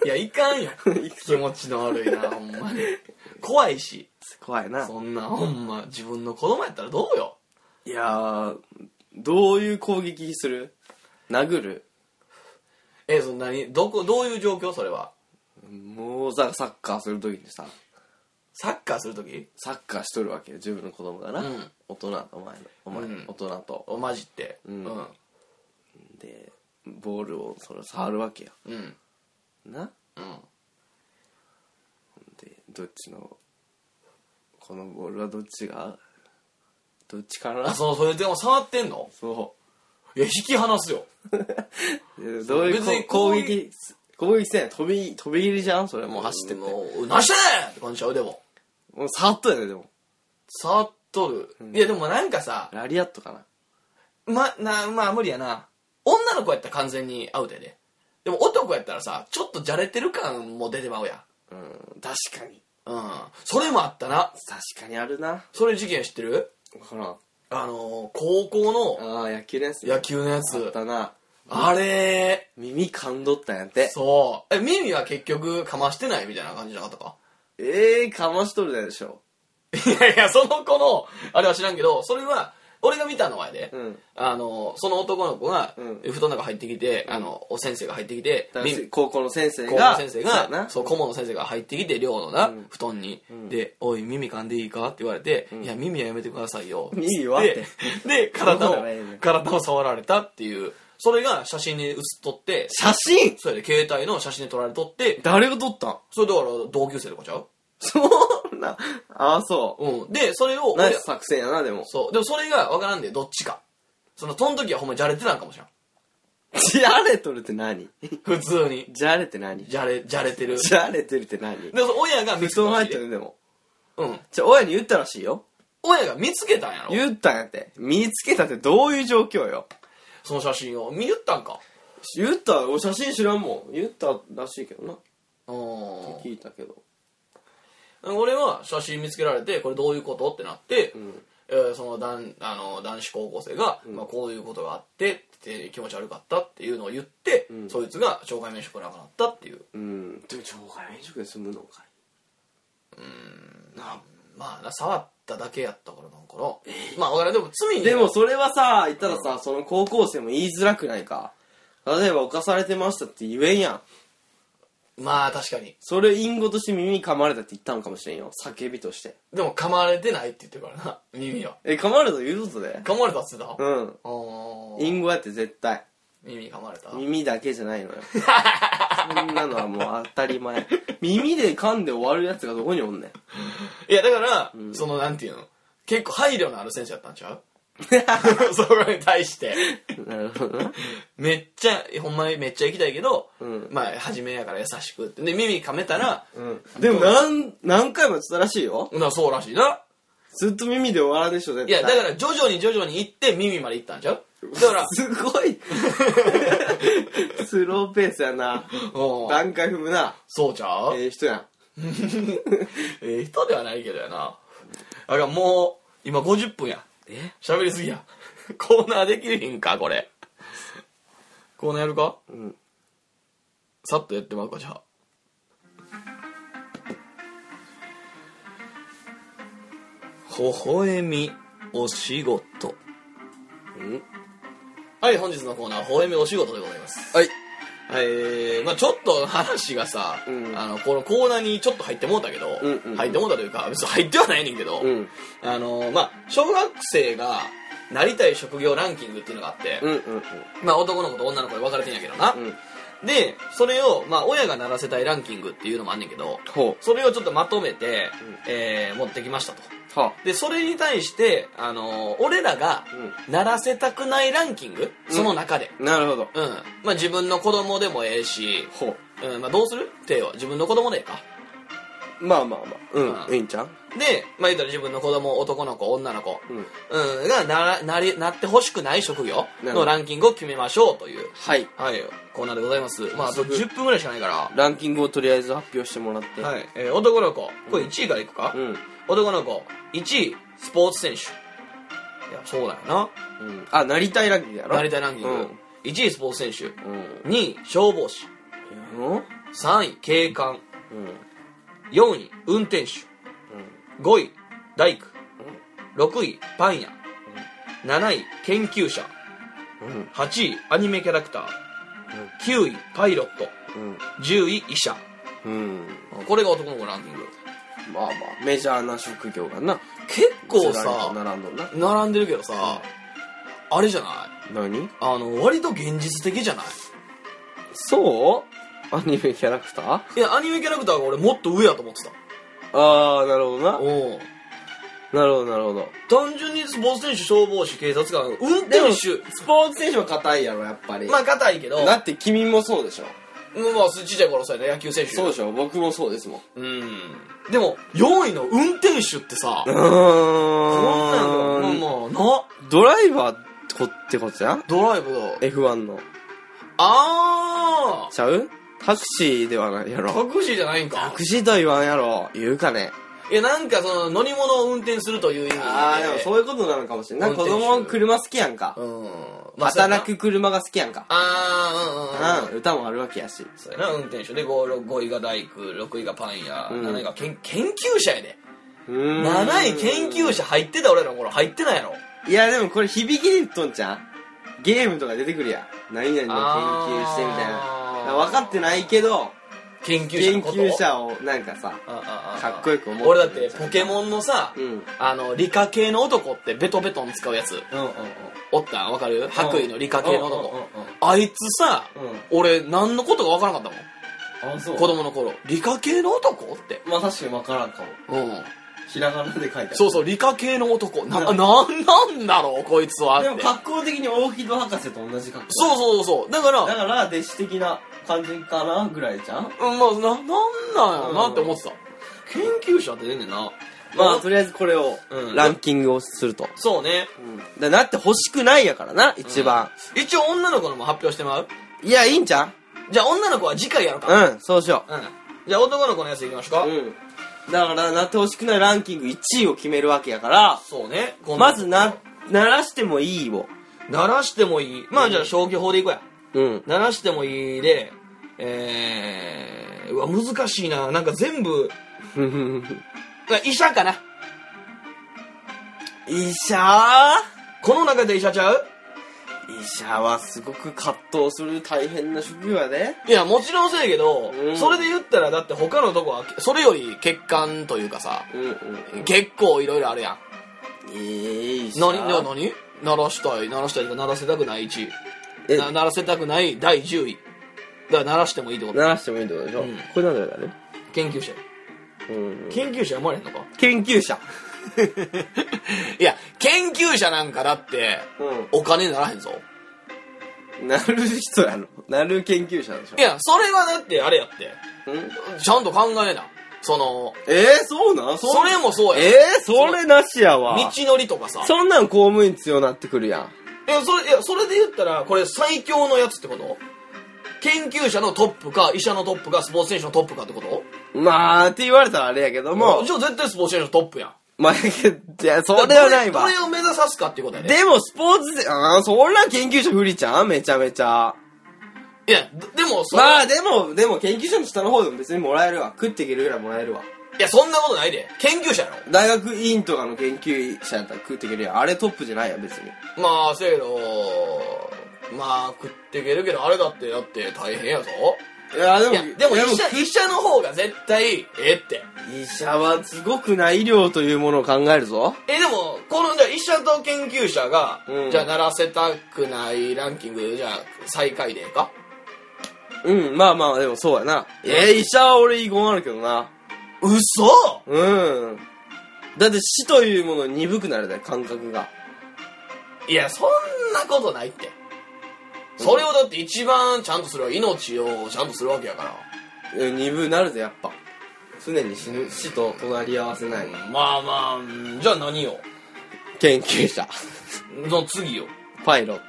Speaker 2: いや、いかんよ。 気持ちの悪いな、ほんまに。怖いし。
Speaker 1: 怖いな。
Speaker 2: そんな、ほんま、自分の子供やったらどうよ。
Speaker 1: いやー、どういう攻撃する殴る
Speaker 2: え、そんなに、どこ、どういう状況それは。
Speaker 1: もうさ、サッカーするときにさ、
Speaker 2: サッカーするとき
Speaker 1: サッカーしとるわけよ、自分の子供がな。
Speaker 2: うん
Speaker 1: 大人、お前の、お前、
Speaker 2: うん
Speaker 1: 大人と。
Speaker 2: を混じって。うんうん。
Speaker 1: で、ボールをそれ触るわけよ。
Speaker 2: うん。
Speaker 1: なで、どっちの、このボールはどっちが、どっちかな
Speaker 2: あ、そう、それでも触ってんの
Speaker 1: そ
Speaker 2: いや、引き離すよ。
Speaker 1: う。でどういう
Speaker 2: 別に
Speaker 1: こ
Speaker 2: 攻
Speaker 1: う攻
Speaker 2: 撃
Speaker 1: 撃、攻撃せん。飛び、飛び切りじゃんそれもう走ってって。も
Speaker 2: もう、なしてねんって感じちゃう、でも。
Speaker 1: う触っとやで、でも。
Speaker 2: 触っとる。いや、でもなんかさ、
Speaker 1: ラリアットかな。
Speaker 2: ま、な、まあ無理やな。女の子やったら完全にアウトやで。でも男やったらさ、ちょっとじゃれてる感も出てまうや
Speaker 1: うん、確か
Speaker 2: ん。
Speaker 1: に。
Speaker 2: うん。それもあったな。
Speaker 1: 確かにあるな。
Speaker 2: それ事件知ってる
Speaker 1: ほらん。
Speaker 2: あのー、高校の
Speaker 1: ああ、野球のやつね
Speaker 2: 野球のや
Speaker 1: あっ
Speaker 2: つ。
Speaker 1: たな。
Speaker 2: あれ
Speaker 1: 耳噛んどったんやっ
Speaker 2: ー
Speaker 1: て。
Speaker 2: そう。え、耳は結局かましてないみたいな感じじゃなかったか
Speaker 1: ええー、かましとるでしょ。
Speaker 2: いやいや、その子の、あれは知らんけど、それは、俺が見たのはやで、
Speaker 1: うん
Speaker 2: あのー、その男の子が、
Speaker 1: うん
Speaker 2: 布団の中入ってきて、あの、お先生が入ってきて、
Speaker 1: だから
Speaker 2: 耳
Speaker 1: 高校の先生
Speaker 2: 高校
Speaker 1: が。
Speaker 2: の先生
Speaker 1: そうや
Speaker 2: が
Speaker 1: な。
Speaker 2: そう顧問の先生が入ってきて寮のな、
Speaker 1: うん
Speaker 2: 布団に、
Speaker 1: ん
Speaker 2: で「おい耳噛んでいいか?」って言われて「
Speaker 1: ん
Speaker 2: いや耳はやめてくださいよ」
Speaker 1: 耳は
Speaker 2: でで体
Speaker 1: そう
Speaker 2: を
Speaker 1: だね
Speaker 2: 体を触られたっていうそれが写真に写っとって
Speaker 1: 写真
Speaker 2: それで携帯の写真に撮られとって
Speaker 1: 誰が撮ったん
Speaker 2: それだから同級生とかちゃう
Speaker 1: そんな。ああ、そ
Speaker 2: うんでそれを
Speaker 1: う。ナイス作戦やな、でも。
Speaker 2: そうでもそれが分からんでどっちかそのその時はほんまじゃれてたんかもしれん
Speaker 1: じゃれとるって何
Speaker 2: 普通に
Speaker 1: じゃれって何
Speaker 2: じゃれじゃれてる
Speaker 1: じゃれてるって何
Speaker 2: でその親が見
Speaker 1: 布
Speaker 2: つけ
Speaker 1: 団
Speaker 2: たら
Speaker 1: 入
Speaker 2: し
Speaker 1: っ
Speaker 2: い
Speaker 1: て
Speaker 2: で
Speaker 1: るでも。
Speaker 2: うん
Speaker 1: じゃ、親に言ったらしいよ。
Speaker 2: 親が見つけたんやろ
Speaker 1: 言ったんやって。見つけたってどういう状況よ。
Speaker 2: その写真を見言ったんか
Speaker 1: 言った、俺写真知らんもん。言ったらしいけどな。
Speaker 2: うん
Speaker 1: 聞いたけど。
Speaker 2: 俺は写真見つけられてこれどういうことってなって、
Speaker 1: ん
Speaker 2: えーその男あの男子高校生が、まあ、こういうことがあってって気持ち悪かったっていうのを言って、
Speaker 1: ん
Speaker 2: そいつが懲戒免職なくなったっていう
Speaker 1: うん。でも、懲戒免職で済むのかい。
Speaker 2: まあな触っただけやったからなんかな、まあ俺はでも罪に
Speaker 1: でもそれはさ、言ったらさ、その高校生も言いづらくないか。例えば犯されてましたって言えんやん。
Speaker 2: まあ確かに
Speaker 1: それを隠語として耳噛まれたって言ったのかもしれんよ。叫びとして。
Speaker 2: でも噛まれてないって言ってるからな 耳は
Speaker 1: え、噛まれたと言うことで
Speaker 2: 噛まれたっつってた、
Speaker 1: うん。
Speaker 2: あー
Speaker 1: 隠語やって絶対。
Speaker 2: 耳噛まれた
Speaker 1: 耳だけじゃないのよ。そんなのはもう当たり前。耳で噛んで終わるやつがどこにおんねん。
Speaker 2: いやだから、そのなんていうの結構配慮のある選手やったんち ゃう そこに対して
Speaker 1: なるほどな。
Speaker 2: めっちゃほんまにめっちゃ行きたいけど、
Speaker 1: うん
Speaker 2: まあ初めやから優しくってで耳かめたら、
Speaker 1: でも何、何回も言ってたらしいよ。
Speaker 2: なそうらしいな
Speaker 1: ずっと耳で終わらんでしょ、絶、
Speaker 2: いや、だからら徐々に徐々に行って耳まで行ったんちゃうだ
Speaker 1: 、
Speaker 2: から
Speaker 1: すごいスローペースやな。
Speaker 2: うん
Speaker 1: 段階踏むな。
Speaker 2: そうちゃう
Speaker 1: ええ人やん。
Speaker 2: ええ人ではないけどやな。だからもう、今50分や。
Speaker 1: え
Speaker 2: 喋りすぎや。コーナーできるひんか、これ。コーナーやるか
Speaker 1: うん。
Speaker 2: さっとやってまうか、じゃあ。微笑みお仕事。
Speaker 1: うん
Speaker 2: はい、本日のコーナー、微笑みお仕事でございます。
Speaker 1: はい。
Speaker 2: えー、まあちょっと話がさ、
Speaker 1: うん
Speaker 2: あの、このコーナーにちょっと入ってもうたけど、
Speaker 1: うんうんうん
Speaker 2: 入ってもうたというか、別に入ってはないねんけど、
Speaker 1: うん。
Speaker 2: あのまあ小学生がなりたい職業ランキングっていうのがあって、
Speaker 1: うんうん
Speaker 2: まあ男の子と女の子で分かれてんやけどな、
Speaker 1: うん。うん。
Speaker 2: でそれを、まあ、親がならせたいランキングっていうのもあんねんけど
Speaker 1: ほ
Speaker 2: それをちょっとまとめて、えー持ってきましたと
Speaker 1: う。は
Speaker 2: でそれに対して、あの俺らがならせたくないランキングその中で、
Speaker 1: あ。なるほど。
Speaker 2: うんまあ、自分の子供でもええし、
Speaker 1: ほ
Speaker 2: うんまあ、どうする手は自分の子供でええか
Speaker 1: う。まあまあまあ。
Speaker 2: う
Speaker 1: うんん。いいんちゃう
Speaker 2: で、まあ、言うたら自分の子供男の子女の子、
Speaker 1: うん。
Speaker 2: うん、がならなりなってほしくない職業
Speaker 1: なるほ
Speaker 2: の
Speaker 1: ど
Speaker 2: ランキングを決めましょうという、
Speaker 1: はい。
Speaker 2: はい、コーナーでございます。まあ、あと
Speaker 1: 早速
Speaker 2: 10分ぐらいしかないから。
Speaker 1: ランキングをとりあえず発表してもらって。
Speaker 2: はい、えー男の子、これ1位からいくか、
Speaker 1: うん。
Speaker 2: 男の子、1位、スポーツ選手。いや、そうだよ
Speaker 1: うん。あ、なりたいランキングやろ
Speaker 2: な。なりたいランキング。
Speaker 1: うん
Speaker 2: 1位、スポーツ選手。
Speaker 1: うん。
Speaker 2: 2位、消防士。
Speaker 1: うん
Speaker 2: 3位、警官。
Speaker 1: うん。うん。
Speaker 2: 4位、運転手。5位、大工。6位、パン屋。7位、研究者。
Speaker 1: うん。
Speaker 2: 8位アニメキャラクター9位パイロット
Speaker 1: うん。
Speaker 2: 10位医者
Speaker 1: うん。
Speaker 2: これが男の子のランキング
Speaker 1: まあまあ、メジャーな職業がな。
Speaker 2: 結構
Speaker 1: ずらりと
Speaker 2: さ
Speaker 1: 並んどんな。
Speaker 2: 並んでるけどさあれじゃない
Speaker 1: 何
Speaker 2: あの割と現実的じゃない
Speaker 1: そうアニメキャラクター
Speaker 2: いやアニメキャラクターが俺もっと上やと思って
Speaker 1: ああ、なるほどな
Speaker 2: た。うん
Speaker 1: なるほど、なるほど。
Speaker 2: 単純にスポーツ選手消防士警察官運転
Speaker 1: でも、
Speaker 2: 手
Speaker 1: スポーツ選手は硬いやろ、やっぱり。
Speaker 2: まあ硬いけど
Speaker 1: だって君もそうでしょ。
Speaker 2: うんまあちっちゃい頃さ野球選手
Speaker 1: そうでしょ、僕もそうですもん。
Speaker 2: うんでも4位の運転手ってさ
Speaker 1: う
Speaker 2: こんなん
Speaker 1: ーん。
Speaker 2: もうな
Speaker 1: ドライバーこってことや
Speaker 2: ドライブだ
Speaker 1: ?F1 の。
Speaker 2: ああ
Speaker 1: ちゃうタクシーではないやろ。
Speaker 2: タクシーじゃないん
Speaker 1: タ
Speaker 2: か
Speaker 1: クシーとは言わんやろ。言うかね。
Speaker 2: いやなんかその乗り物を運転するという意味で
Speaker 1: ういうことなのかもしれ
Speaker 2: ない
Speaker 1: 子供車好きやんか。
Speaker 2: うんまあ
Speaker 1: 働く車が好きやんか。
Speaker 2: ああーうんうんうん
Speaker 1: うん、歌もあるわけやし。
Speaker 2: そうやな運転手で 5, 5位が大工6位がパン屋、
Speaker 1: うん
Speaker 2: 7位がけん研究者やで
Speaker 1: うーん
Speaker 2: 7位研究者入ってた俺らの頃入ってないやろ
Speaker 1: いや、でもこれ響きで言っとんちゃうゲームとか出てくるやん。何々の研究してみたいな。
Speaker 2: あー
Speaker 1: だから分かってないけど、
Speaker 2: 研究者
Speaker 1: 研
Speaker 2: のこと
Speaker 1: 究者をなんかさ、
Speaker 2: か
Speaker 1: かっこよく思ってる
Speaker 2: 俺だってポケモンのさ、
Speaker 1: うん。うん
Speaker 2: あの理科系の男ってベトベトン使うやつ
Speaker 1: うんうん。
Speaker 2: おったんわかる白衣の理科系の男
Speaker 1: う
Speaker 2: あいつさ、
Speaker 1: んうん。
Speaker 2: 俺何のことか分からなかったもん
Speaker 1: あ、そ
Speaker 2: 子供の頃理科系の男って
Speaker 1: まあ確かに分からんかも。
Speaker 2: うん
Speaker 1: ひらがなで書いてある。
Speaker 2: そうそう理科系の男なな
Speaker 1: うん
Speaker 2: なんなんだろうこいつはっ
Speaker 1: で
Speaker 2: て
Speaker 1: も格好的に大木戸博士と同じ格好。
Speaker 2: そう
Speaker 1: う。
Speaker 2: そうそうだから
Speaker 1: だから、弟子的な感じかなぐらいじゃん
Speaker 2: うんまあななんなんやろなって思ってた研究者って出んねんな
Speaker 1: まあ、とりあえずこれを
Speaker 2: うん、
Speaker 1: ランキングをすると。
Speaker 2: そうね
Speaker 1: だなって欲しくないやからな、一番。
Speaker 2: 一応女の子のも発表してもらう
Speaker 1: いや、いいんちゃ
Speaker 2: じゃあ女の子は次回やろう
Speaker 1: う
Speaker 2: か
Speaker 1: うん、そうしよう。
Speaker 2: うんじゃあ男の子のやついきましょうか
Speaker 1: うん。だから、なってほしくないランキング1位を決めるわけやから、
Speaker 2: そうねこん
Speaker 1: まずな、鳴らしてもいいを。
Speaker 2: 鳴らしてもいいまあじゃあ消去法でいこうや
Speaker 1: うん。
Speaker 2: 鳴らしてもいいでえー、うわ難しいななんか全部あ医者かな
Speaker 1: 医者
Speaker 2: この中で医者ちゃう
Speaker 1: 医者はすごく葛藤する大変な職業やで。
Speaker 2: いやもちろんそうやけど、
Speaker 1: うん
Speaker 2: それで言ったらだって他のとこはそれより欠陥というかさ
Speaker 1: うんうん。
Speaker 2: 結構いろいろあるやん
Speaker 1: えー、医者。
Speaker 2: 何な何鳴らしたい鳴らしたいとか鳴らせたくない1位
Speaker 1: え
Speaker 2: な鳴らせたくない第10位だから鳴らしてもいいってこと
Speaker 1: 鳴らしてもいいってことでしょ、
Speaker 2: うん
Speaker 1: これなんだよだね。
Speaker 2: 研究者
Speaker 1: うん。
Speaker 2: 研究者読まれへんのか
Speaker 1: 研究者。
Speaker 2: いや研究者なんかだって
Speaker 1: う
Speaker 2: お金にならへんぞ
Speaker 1: ん。なる人やろ。なる研究者でしょ
Speaker 2: い。やそれはだってあれやって
Speaker 1: うん
Speaker 2: ちゃんと考えなその
Speaker 1: えー、そうなんそ
Speaker 2: それもそうや
Speaker 1: えー、それなしやわ。
Speaker 2: 道のりとかさ
Speaker 1: そんなん公務員強なってくるやん。
Speaker 2: えそれいやそれで言ったらこれ最強のやつってこと研究者のトップか医者のトップかスポーツ選手のトップかってこと
Speaker 1: まあ、って言われたらあれやけども
Speaker 2: じ、ゃあ絶対スポーツ選手のトップやん
Speaker 1: まあ、いや、それはないわ
Speaker 2: どれ。どれを目指さすかっていうことやね
Speaker 1: でも、スポーツで、ああ、そんな研究者不利ちゃんめちゃめちゃ。
Speaker 2: いやででもそれ
Speaker 1: まあ、でも、でも研究者の下の方でも別にもらえるわ。食っていけるぐらいもらえるわ。
Speaker 2: いやそんなことないで研究者や
Speaker 1: 大学院とかの研究者やったら食っていけるやん。あれトップじゃないやん、別に。
Speaker 2: ろまあせやけどまあ食っていけるけどあれだってだって大変やぞ
Speaker 1: いや、で
Speaker 2: いやでも医者
Speaker 1: 食
Speaker 2: 医者の方が絶対ええって
Speaker 1: 医者はすごくな医療というものを考えるぞ。
Speaker 2: えでもこのじゃあ医者と研究者が、
Speaker 1: うん
Speaker 2: じゃあならせたくないランキングじゃあ最下位でええか
Speaker 1: うん、まあまあ、でもそうやな。えー、医者は俺異言あるけどな。
Speaker 2: 嘘
Speaker 1: うん。だって死というものに鈍くなるだよ、感覚が。
Speaker 2: いやそんなことないってそれをだって一番ちゃんとするわ命をちゃんとするわけやから
Speaker 1: うん鈍なるぜ、やっぱ。常に死ぬ、死と隣り合わせない。
Speaker 2: まあまあうんじゃあ何よ
Speaker 1: 研究者。
Speaker 2: の次よ
Speaker 1: パイロット。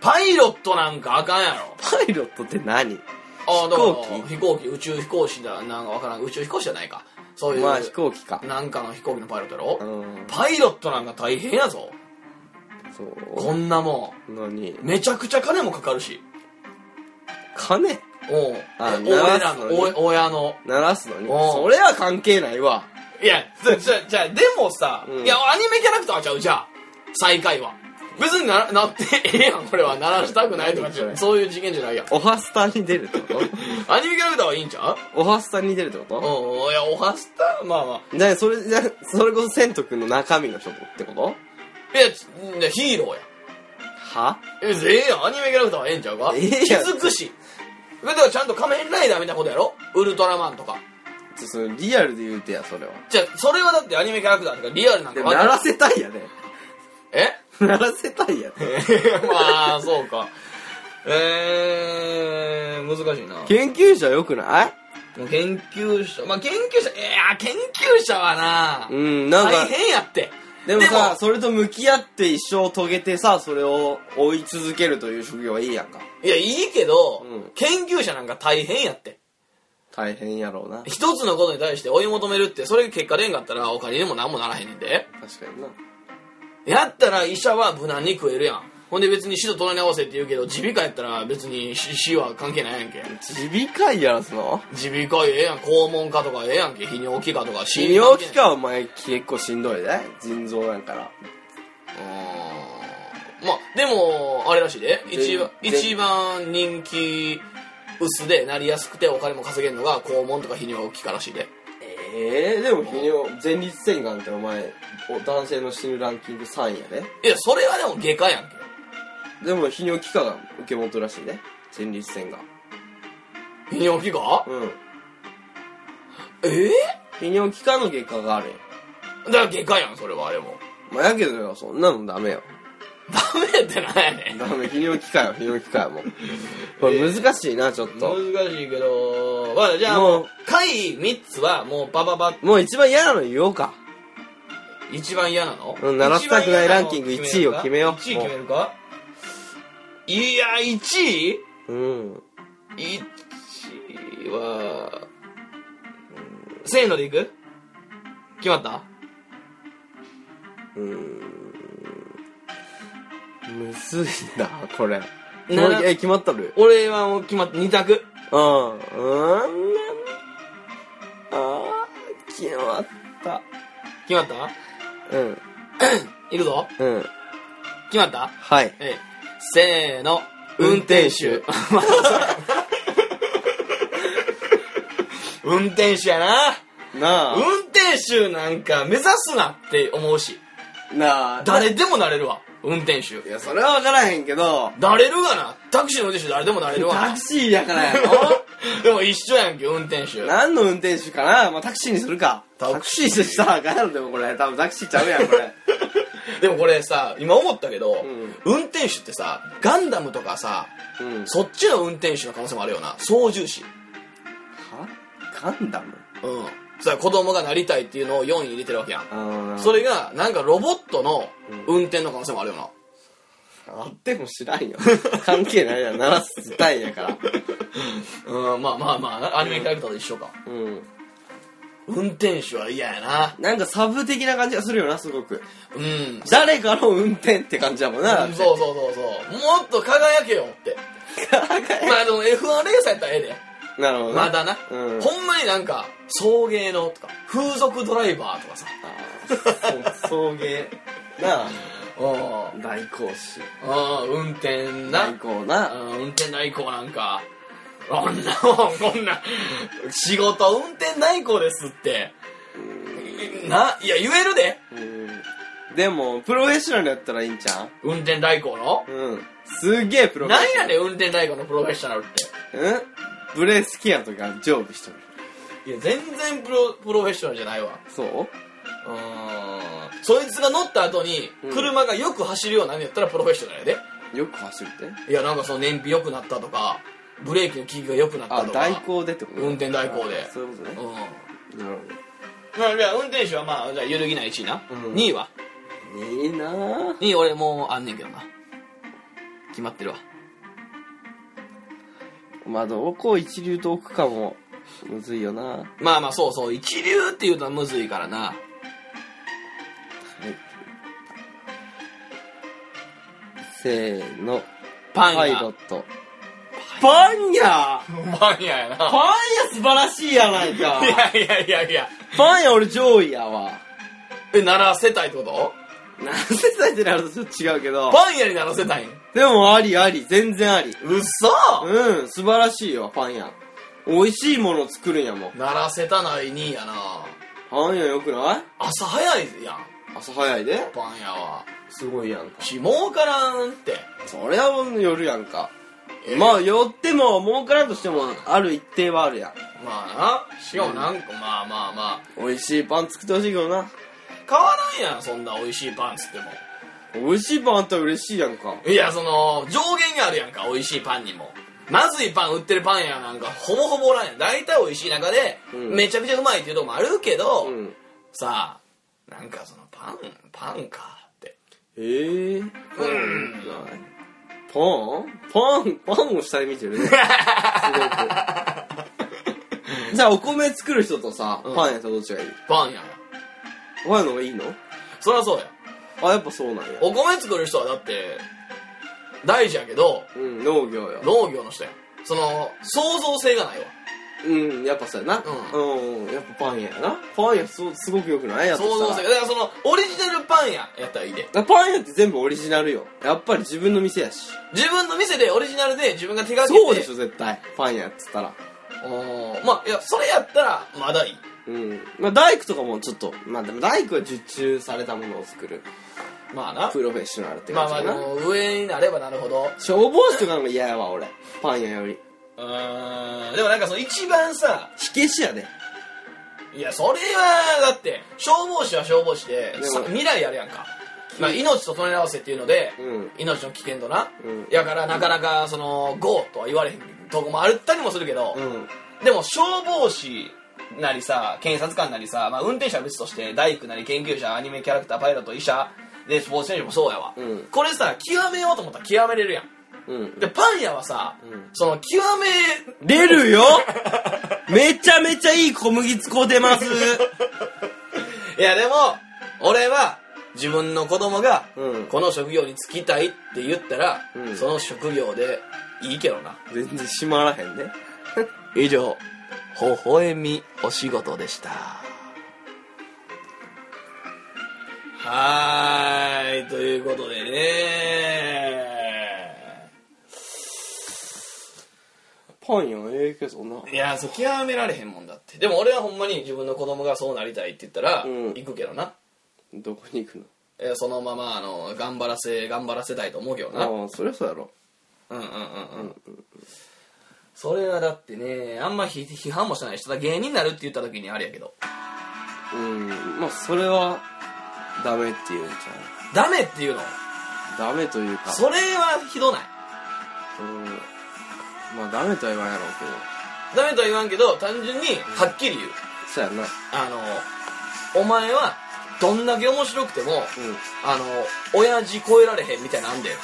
Speaker 2: パイロットなんかあかんやろ
Speaker 1: パイロットって何
Speaker 2: ああだ
Speaker 1: 行
Speaker 2: か
Speaker 1: 機
Speaker 2: ら飛行機宇宙飛行士だなんかわからん宇宙飛行士じゃないかそういう、
Speaker 1: まあ飛行機か。
Speaker 2: なんかの飛行機のパイロットやろ、
Speaker 1: うん。
Speaker 2: パイロットなんか大変やぞ
Speaker 1: そう。
Speaker 2: こんなも
Speaker 1: のに
Speaker 2: ん。めちゃくちゃ金もかかるし
Speaker 1: 金
Speaker 2: おう
Speaker 1: あ
Speaker 2: え俺らの
Speaker 1: 鳴らすのに
Speaker 2: お親の
Speaker 1: 鳴らすのに。
Speaker 2: おう
Speaker 1: それは関係ないわ。
Speaker 2: いやじゃじゃじゃでもさ、
Speaker 1: うん
Speaker 2: いやアニメキャラクターちゃうじゃあ最下位は別にならなってええやんこれはならしたくないとか
Speaker 1: 何それ
Speaker 2: そういう事件じゃないやん
Speaker 1: おはスタに出るって こ
Speaker 2: アニメキャラクターはいいんちゃう
Speaker 1: とおはスタに出るってこ
Speaker 2: う
Speaker 1: と
Speaker 2: んいやおはスタまあまあ
Speaker 1: じゃあそれ、じゃあそれこそ千と君の中身の人ってこと
Speaker 2: いやつうんヒーローや
Speaker 1: は
Speaker 2: えええやんアニメキャラクターはええんちゃうか
Speaker 1: ええやん
Speaker 2: 気づくしだからちゃんと仮面ライダーみたいなことやろウルトラマンとか
Speaker 1: ちょそのリアルで言うてや、それは。
Speaker 2: じゃあそれはだってアニメキャラクターとかリアルなん
Speaker 1: で
Speaker 2: か
Speaker 1: も
Speaker 2: わ
Speaker 1: 鳴
Speaker 2: から
Speaker 1: せたいやで。
Speaker 2: え
Speaker 1: 鳴らせたいやで。
Speaker 2: まあそうかえー、難しいな
Speaker 1: 研究者よくない
Speaker 2: もう研究者まあ研究者いや研究者はな、
Speaker 1: うん、なんか
Speaker 2: 大、変やって
Speaker 1: でもさ、それと向き合って一生遂げてさ、それを追い続けるという職業はいいやんか。
Speaker 2: いやいいけど、
Speaker 1: うん
Speaker 2: 研究者なんか大変やって
Speaker 1: 大変やろうな。
Speaker 2: 一つのことに対して追い求めるってそれ結果出んかったらお金にも何もならへんねんで
Speaker 1: 確かにな。
Speaker 2: やったら医者は無難に食えるやんほんで別に死と隣り合わせって言うけど耳鼻科やったら別に死死は関係ないやんけ
Speaker 1: 耳鼻科医やらすの
Speaker 2: 耳鼻科ええやん肛門科とかええやんけ泌尿器科とか
Speaker 1: 泌尿器科はお前結構しんどいで。腎臓やんから。
Speaker 2: うーんまあでもあれらしいで
Speaker 1: 全
Speaker 2: 一番
Speaker 1: 全
Speaker 2: 一番人気薄でなりやすくてお金も稼げるのが肛門とか泌尿器科らしいで
Speaker 1: ええでも泌尿、前立腺がんってお前、お男性の死ぬランキング3位やで。
Speaker 2: いやそれはでも外科やんけ
Speaker 1: でも泌尿器科が受け持つらしいね前立腺が
Speaker 2: 泌尿器科
Speaker 1: うん
Speaker 2: ええ
Speaker 1: 泌尿器科の結果があるよ
Speaker 2: だから外科やんそれはあれも
Speaker 1: まあやけどよそんなのダメよ
Speaker 2: ダメってなんやねん
Speaker 1: ダメ泌尿器科よ泌尿器科やもん これ難しいなちょっと
Speaker 2: 難しいけどまあじゃあ
Speaker 1: も
Speaker 2: も
Speaker 1: う
Speaker 2: う下位3つはもうパパパ
Speaker 1: もう一番嫌なの言おうか
Speaker 2: 一番嫌なの
Speaker 1: うん鳴らしたくないランキング一位を決めよう
Speaker 2: 1位決めるかいや1位
Speaker 1: うん
Speaker 2: 1位は、うんせーのでいく決まった
Speaker 1: うーんむずいなこれ
Speaker 2: なら
Speaker 1: もうえ決まったる
Speaker 2: 俺はもう決まった2択
Speaker 1: うんうんああー決まった
Speaker 2: 決まった
Speaker 1: うん
Speaker 2: いくぞ
Speaker 1: うん
Speaker 2: 決まった
Speaker 1: はい
Speaker 2: ええせーの
Speaker 1: 運 転手
Speaker 2: 運転手やな
Speaker 1: なあ
Speaker 2: 運転手なんか目指すなって思うし
Speaker 1: なあ
Speaker 2: 誰でもなれるわ運転手
Speaker 1: いや、それは分からへんけど、
Speaker 2: なれるがなタクシーの運転手誰でもなれるわ
Speaker 1: タ
Speaker 2: な
Speaker 1: クシーやからやろ
Speaker 2: でも一緒やんけ運転手
Speaker 1: 何の運転手かなまあ、タクシーにするか。
Speaker 2: タ
Speaker 1: タク
Speaker 2: ク
Speaker 1: シーとしたらあかんやろ、でもこれ。多分タクシーちゃうやん、これ。
Speaker 2: でもこれさ今思ったけど、
Speaker 1: ん
Speaker 2: 運転手ってさガンダムとかさ
Speaker 1: うん。
Speaker 2: そっちの運転手の可能性もあるよな操縦士
Speaker 1: はガンダム
Speaker 2: うんさ子供がなりたいっていうのを4位に入れてるわけやん
Speaker 1: ああ
Speaker 2: それがなんかロボットの運転の可能性もあるよな、
Speaker 1: あっても知らんよ 関係ないやん鳴らすたいやから
Speaker 2: うんまあまあまあアニメキャラクターと一緒か、
Speaker 1: うん
Speaker 2: 運転手は嫌やな
Speaker 1: なんかサブ的な感じがするよなすごく
Speaker 2: うん
Speaker 1: 誰かの運転って感じだもんな、
Speaker 2: うんそうそうそうそうもっと輝けよってまあでも F1 レーサーやったらええで
Speaker 1: なるほどな
Speaker 2: まだな、
Speaker 1: うん
Speaker 2: ほんまになんか送迎のとか風俗ドライバーとかさ
Speaker 1: あそ送迎なあ
Speaker 2: あ
Speaker 1: 大講師
Speaker 2: あ運転な
Speaker 1: 大講
Speaker 2: あ
Speaker 1: な
Speaker 2: ー運転代行なんかあんなもんこんな仕事運転代行ですってないや言えるで
Speaker 1: うんでもプロフェッショナルやったらいいんちゃう
Speaker 2: 運転代行の
Speaker 1: うんすげえプロフェッ
Speaker 2: 何
Speaker 1: ショナ
Speaker 2: やね
Speaker 1: ル
Speaker 2: ん運転代行のプロフェッショナルっ
Speaker 1: うんブレースケアとか常備しとる
Speaker 2: ていや全然プロプロフェッショナルじゃないわ
Speaker 1: そう
Speaker 2: うーんそいつが乗った後に
Speaker 1: うん
Speaker 2: 車がよく走るようになるんやったらプロフェッショナルやで
Speaker 1: よく走るって
Speaker 2: いやなんかその燃費良くなったとかブレーキの効きが良くなった
Speaker 1: あ
Speaker 2: とか
Speaker 1: 代行でってこと
Speaker 2: 運転代行で
Speaker 1: あそういうこ
Speaker 2: う
Speaker 1: とね
Speaker 2: ん
Speaker 1: なるほ
Speaker 2: まあじゃあ運転手はまあじゃあ揺るぎない1位な、
Speaker 1: うん
Speaker 2: 2位は
Speaker 1: どいいなあ
Speaker 2: に俺もうあんねんけどな決まってるわ
Speaker 1: まあどこを一流と置くかもむずいよな
Speaker 2: まあまあそうそう一流っていうのはむずいから な
Speaker 1: せーの
Speaker 2: パン
Speaker 1: パイ
Speaker 2: 屋
Speaker 1: ロットパン屋
Speaker 2: パン屋や
Speaker 1: パン
Speaker 2: な
Speaker 1: 屋素晴らしいやないか
Speaker 2: いやいやいやいや
Speaker 1: パン屋俺上位やわ
Speaker 2: え鳴らせたいってこと
Speaker 1: 何世代ってなるとちょっと違うけど
Speaker 2: パン屋に鳴らせたいん
Speaker 1: でもありあり全然あり
Speaker 2: うっそ
Speaker 1: うん素晴らしいよパン屋美味しいものを作るんやもん
Speaker 2: 鳴らせたない2位やな
Speaker 1: パン屋よくない
Speaker 2: 朝早いやん
Speaker 1: 朝早いで
Speaker 2: パン屋は
Speaker 1: すごいやんか
Speaker 2: し儲からんって
Speaker 1: それはもう夜やんか
Speaker 2: え
Speaker 1: まあ寄っても儲からんとしてもある一定はあるやん
Speaker 2: まあなしかもなんかまあまあまあ
Speaker 1: 美味しいパン作ってほしいけどな
Speaker 2: 変わらんやんそんな美味しいパンつっても
Speaker 1: 美味しいパンあったら嬉しいやんか
Speaker 2: いや、その、上限があるやんか、美味しいパンにも。まずいパン売ってるパン屋なんか、ほぼほぼおらんやん。大体美味しい中で、
Speaker 1: うん
Speaker 2: めちゃくちゃうまいっていうとこもあるけど、
Speaker 1: うん
Speaker 2: さあ、なんかその、パン、パンかって。
Speaker 1: ええパ
Speaker 2: うん
Speaker 1: ンじゃないパンパンパンを下に見て るねすごくじゃあお米作る人とさ、
Speaker 2: うん
Speaker 1: パンやったらどっちがいい
Speaker 2: パンやん。
Speaker 1: パンの方がいいの
Speaker 2: そりゃそうや。
Speaker 1: あやっぱそうなんや
Speaker 2: お米作る人はだって、大事やけど、
Speaker 1: うん農業や
Speaker 2: 農業の人やん。その、創造性がないわ。
Speaker 1: うんやっぱそうやな
Speaker 2: う
Speaker 1: うん、やっぱパン屋やなパン屋すすごくよくないやっぱ
Speaker 2: 創造性が。だからその、オリジナルパン屋やったらいいで。
Speaker 1: パン屋って全部オリジナルよやっぱり自分の店やし
Speaker 2: 自分の店でオリジナルで自分が手がけて。
Speaker 1: そうでしょ絶対パン屋っつったら
Speaker 2: おーまあ、いや、それやったら、まだいい。
Speaker 1: うんまあ大工とかもちょっとまあでも大工は受注されたものを作る
Speaker 2: まあな。
Speaker 1: プロフェッショナルって
Speaker 2: ま
Speaker 1: 感
Speaker 2: あ
Speaker 1: じ
Speaker 2: まあ
Speaker 1: か
Speaker 2: でも
Speaker 1: な、
Speaker 2: 上になればなるほど
Speaker 1: 消防士とかの方が嫌やわ俺パン屋より
Speaker 2: うーんでもなんかその一番さ
Speaker 1: 火消しやで
Speaker 2: いやそれはだって消防士は消防士で
Speaker 1: でも
Speaker 2: さ未来やるやんか、まあ、命と隣り合わせっていうので、
Speaker 1: うん
Speaker 2: 命の危険とな、
Speaker 1: うん
Speaker 2: やからなかなかそのゴーとは言われへんとこもあったりもするけど、
Speaker 1: うん
Speaker 2: でも消防士なりさ検察官なりさ、まあ、運転手は別として大工なり研究者アニメキャラクターパイロット医者でスポーツ選手もそうやわ、
Speaker 1: うん
Speaker 2: これさ極めようと思ったら極めれるやん
Speaker 1: うん
Speaker 2: でパン屋はさ、
Speaker 1: うん
Speaker 2: その極め
Speaker 1: 出るよ めちゃめちゃいい小麦使うてます
Speaker 2: いやでも俺は自分の子供が
Speaker 1: うん
Speaker 2: この職業に就きたいって言ったら、
Speaker 1: うん
Speaker 2: その職業でいいけどな
Speaker 1: 全然閉まらへんね
Speaker 2: 以上微笑みお仕事でしたはーいということでね
Speaker 1: パン屋ええけどない
Speaker 2: やそう極められへんもんだってでも俺はほんまに自分の子供がそうなりたいって言ったら、
Speaker 1: うん
Speaker 2: 行くけどな
Speaker 1: どこに行くの
Speaker 2: えーそのままあの頑張らせ頑張らせたいと思うけどな
Speaker 1: ああそりゃそうやろ
Speaker 2: うんうんうんうんそれはだってねあんまひ批判もしてないしただ芸人になるって言った時にあれやけど
Speaker 1: うんまあそれはダメっていうんじ
Speaker 2: ダメっていうの
Speaker 1: ゃうダメというか
Speaker 2: それはひどない
Speaker 1: うんまあダメとは言わんやろうけど
Speaker 2: ダメとは言わんけど単純にはっきり言う
Speaker 1: そうやんな
Speaker 2: あのお前はどんだけ面白くても、あの親父超えられへんみたいなんでって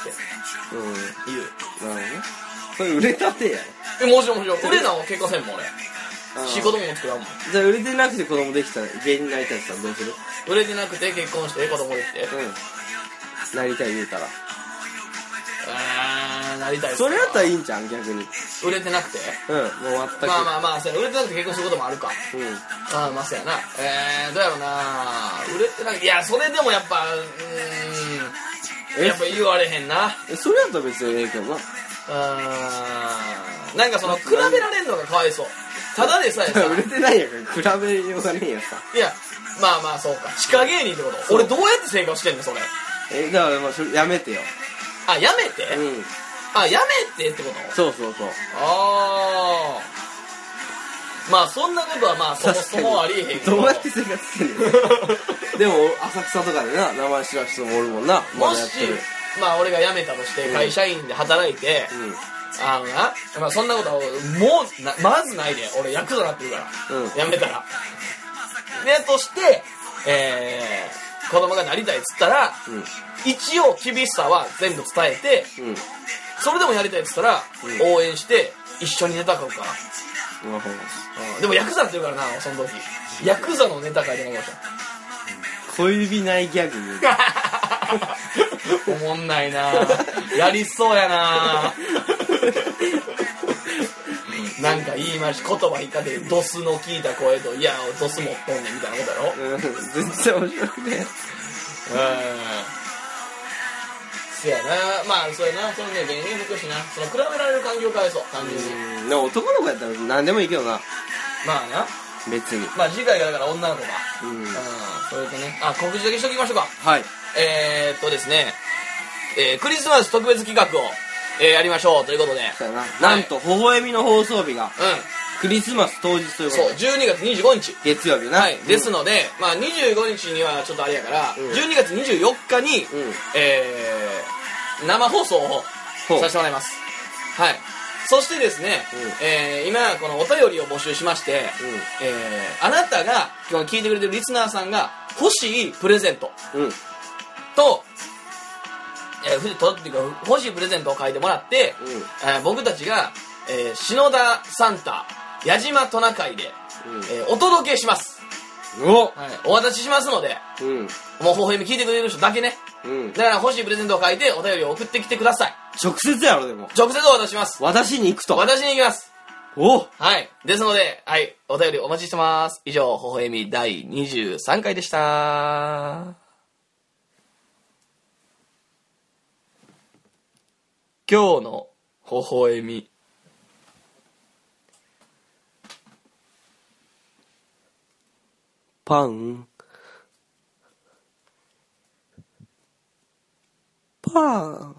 Speaker 1: うんうんなる
Speaker 2: 言う
Speaker 1: ほどねそれ売れたてや
Speaker 2: えもちろんもちろん俺なんは結婚せんもん俺
Speaker 1: ろ
Speaker 2: 仕事も作らんもん
Speaker 1: じゃあ売れてなくて子供できたら芸人になりたいって言ったらどうする
Speaker 2: 売れてなくて結婚して子供できて
Speaker 1: うんなりたい言うたら
Speaker 2: あーなりたいっす
Speaker 1: それやったらいいんじゃん逆にうんもう
Speaker 2: 売れてなくて
Speaker 1: 全く
Speaker 2: まあまあまあそうや売れてなくて結婚することもあるか
Speaker 1: うん
Speaker 2: まあまあそうやなえー、どうやろうな売れてなくていやそれでもやっぱうーん
Speaker 1: え
Speaker 2: やっぱ言われへんな
Speaker 1: えそれやったら別にええけどな
Speaker 2: うーんなんかその比べられんのがかわいそうただでさえさ
Speaker 1: 売れてないやから比べようがねえやさ
Speaker 2: いやまあまあそうか地下芸人ってこと
Speaker 1: そう
Speaker 2: 俺どうやって成功してんのそれ
Speaker 1: えだからまあそれやめてよ
Speaker 2: あやめて、
Speaker 1: うん
Speaker 2: あやめてってこと
Speaker 1: そうそうそう
Speaker 2: ああまあそんなことはまあそもそもありえへんけど
Speaker 1: どうやって生活してんのでも浅草とかでな名前知らん人もおるもんなま
Speaker 2: も
Speaker 1: だやっ
Speaker 2: して
Speaker 1: る
Speaker 2: まあ俺が辞めたとして会社員で働いて、
Speaker 1: う
Speaker 2: あのな、まあ、そんなことはもうなまずないで俺ヤクザなってるから
Speaker 1: んうん
Speaker 2: 辞めたらでとしてえー、子供がなりたいっつったら
Speaker 1: うん
Speaker 2: 一応厳しさは全部伝えて
Speaker 1: うん
Speaker 2: それでもやりたいっつったら、
Speaker 1: うん
Speaker 2: 応援して一緒にネタ書くから、
Speaker 1: まあほんま
Speaker 2: うんでもヤクザって言うからなその時ヤクザのネタ書いてもらいました
Speaker 1: 小指ないギャグ言う
Speaker 2: おもんないなやりそうやななんか言いまし言葉引っ掛けてドスの聞いた声と「いやドス持っとんねん」みたいなことやろ
Speaker 1: うん全然面白くね
Speaker 2: うんそやなまあそうやなそのね芸人福祉なその比べられる環境かわいそう単純に、
Speaker 1: えうんでも男の子やったら何でもいいけどな
Speaker 2: まあな
Speaker 1: 別に
Speaker 2: まあ次回がだから女の子か
Speaker 1: うん
Speaker 2: うんそれとねあ告知だけしときましょうか
Speaker 1: はい
Speaker 2: えー、っとですね、えークリスマス特別企画を、えーやりましょうということで、
Speaker 1: そうや
Speaker 2: い
Speaker 1: ななんと微笑みの放送日が
Speaker 2: う、
Speaker 1: クリスマス当日というんこと
Speaker 2: そう、
Speaker 1: で
Speaker 2: 12月25日。
Speaker 1: 月曜日な
Speaker 2: はい、です
Speaker 1: の
Speaker 2: ので、まあ、25日にはちょっとあれやから、
Speaker 1: うん
Speaker 2: 12月24日に、
Speaker 1: うん
Speaker 2: えー生放送を
Speaker 1: ほう
Speaker 2: させてもらいます。はい。そしてですね、
Speaker 1: うん
Speaker 2: えー今、このお便りを募集しまして、えーあなたが、今日聞いてくれてるリスナーさんが欲しいプレゼント、
Speaker 1: うんうん
Speaker 2: と、えー、ふとっていうか欲しいプレゼントを書いてもらって、
Speaker 1: うん
Speaker 2: えー僕たちが、えー篠田サンタ矢島トナカイで、えーお届けします、
Speaker 1: お
Speaker 2: はい、お渡ししますので
Speaker 1: うん
Speaker 2: もう微笑み聞いてくれる人だけね
Speaker 1: うん
Speaker 2: だから欲しいプレゼントを書いてお便りを送ってきてください
Speaker 1: 直接やろでも
Speaker 2: 直接お渡しします
Speaker 1: 私に行くと
Speaker 2: 私に行きます
Speaker 1: お
Speaker 2: はいですのではいお便りお待ちしてます以上微笑み第23回でした今日の微笑み
Speaker 1: パンパン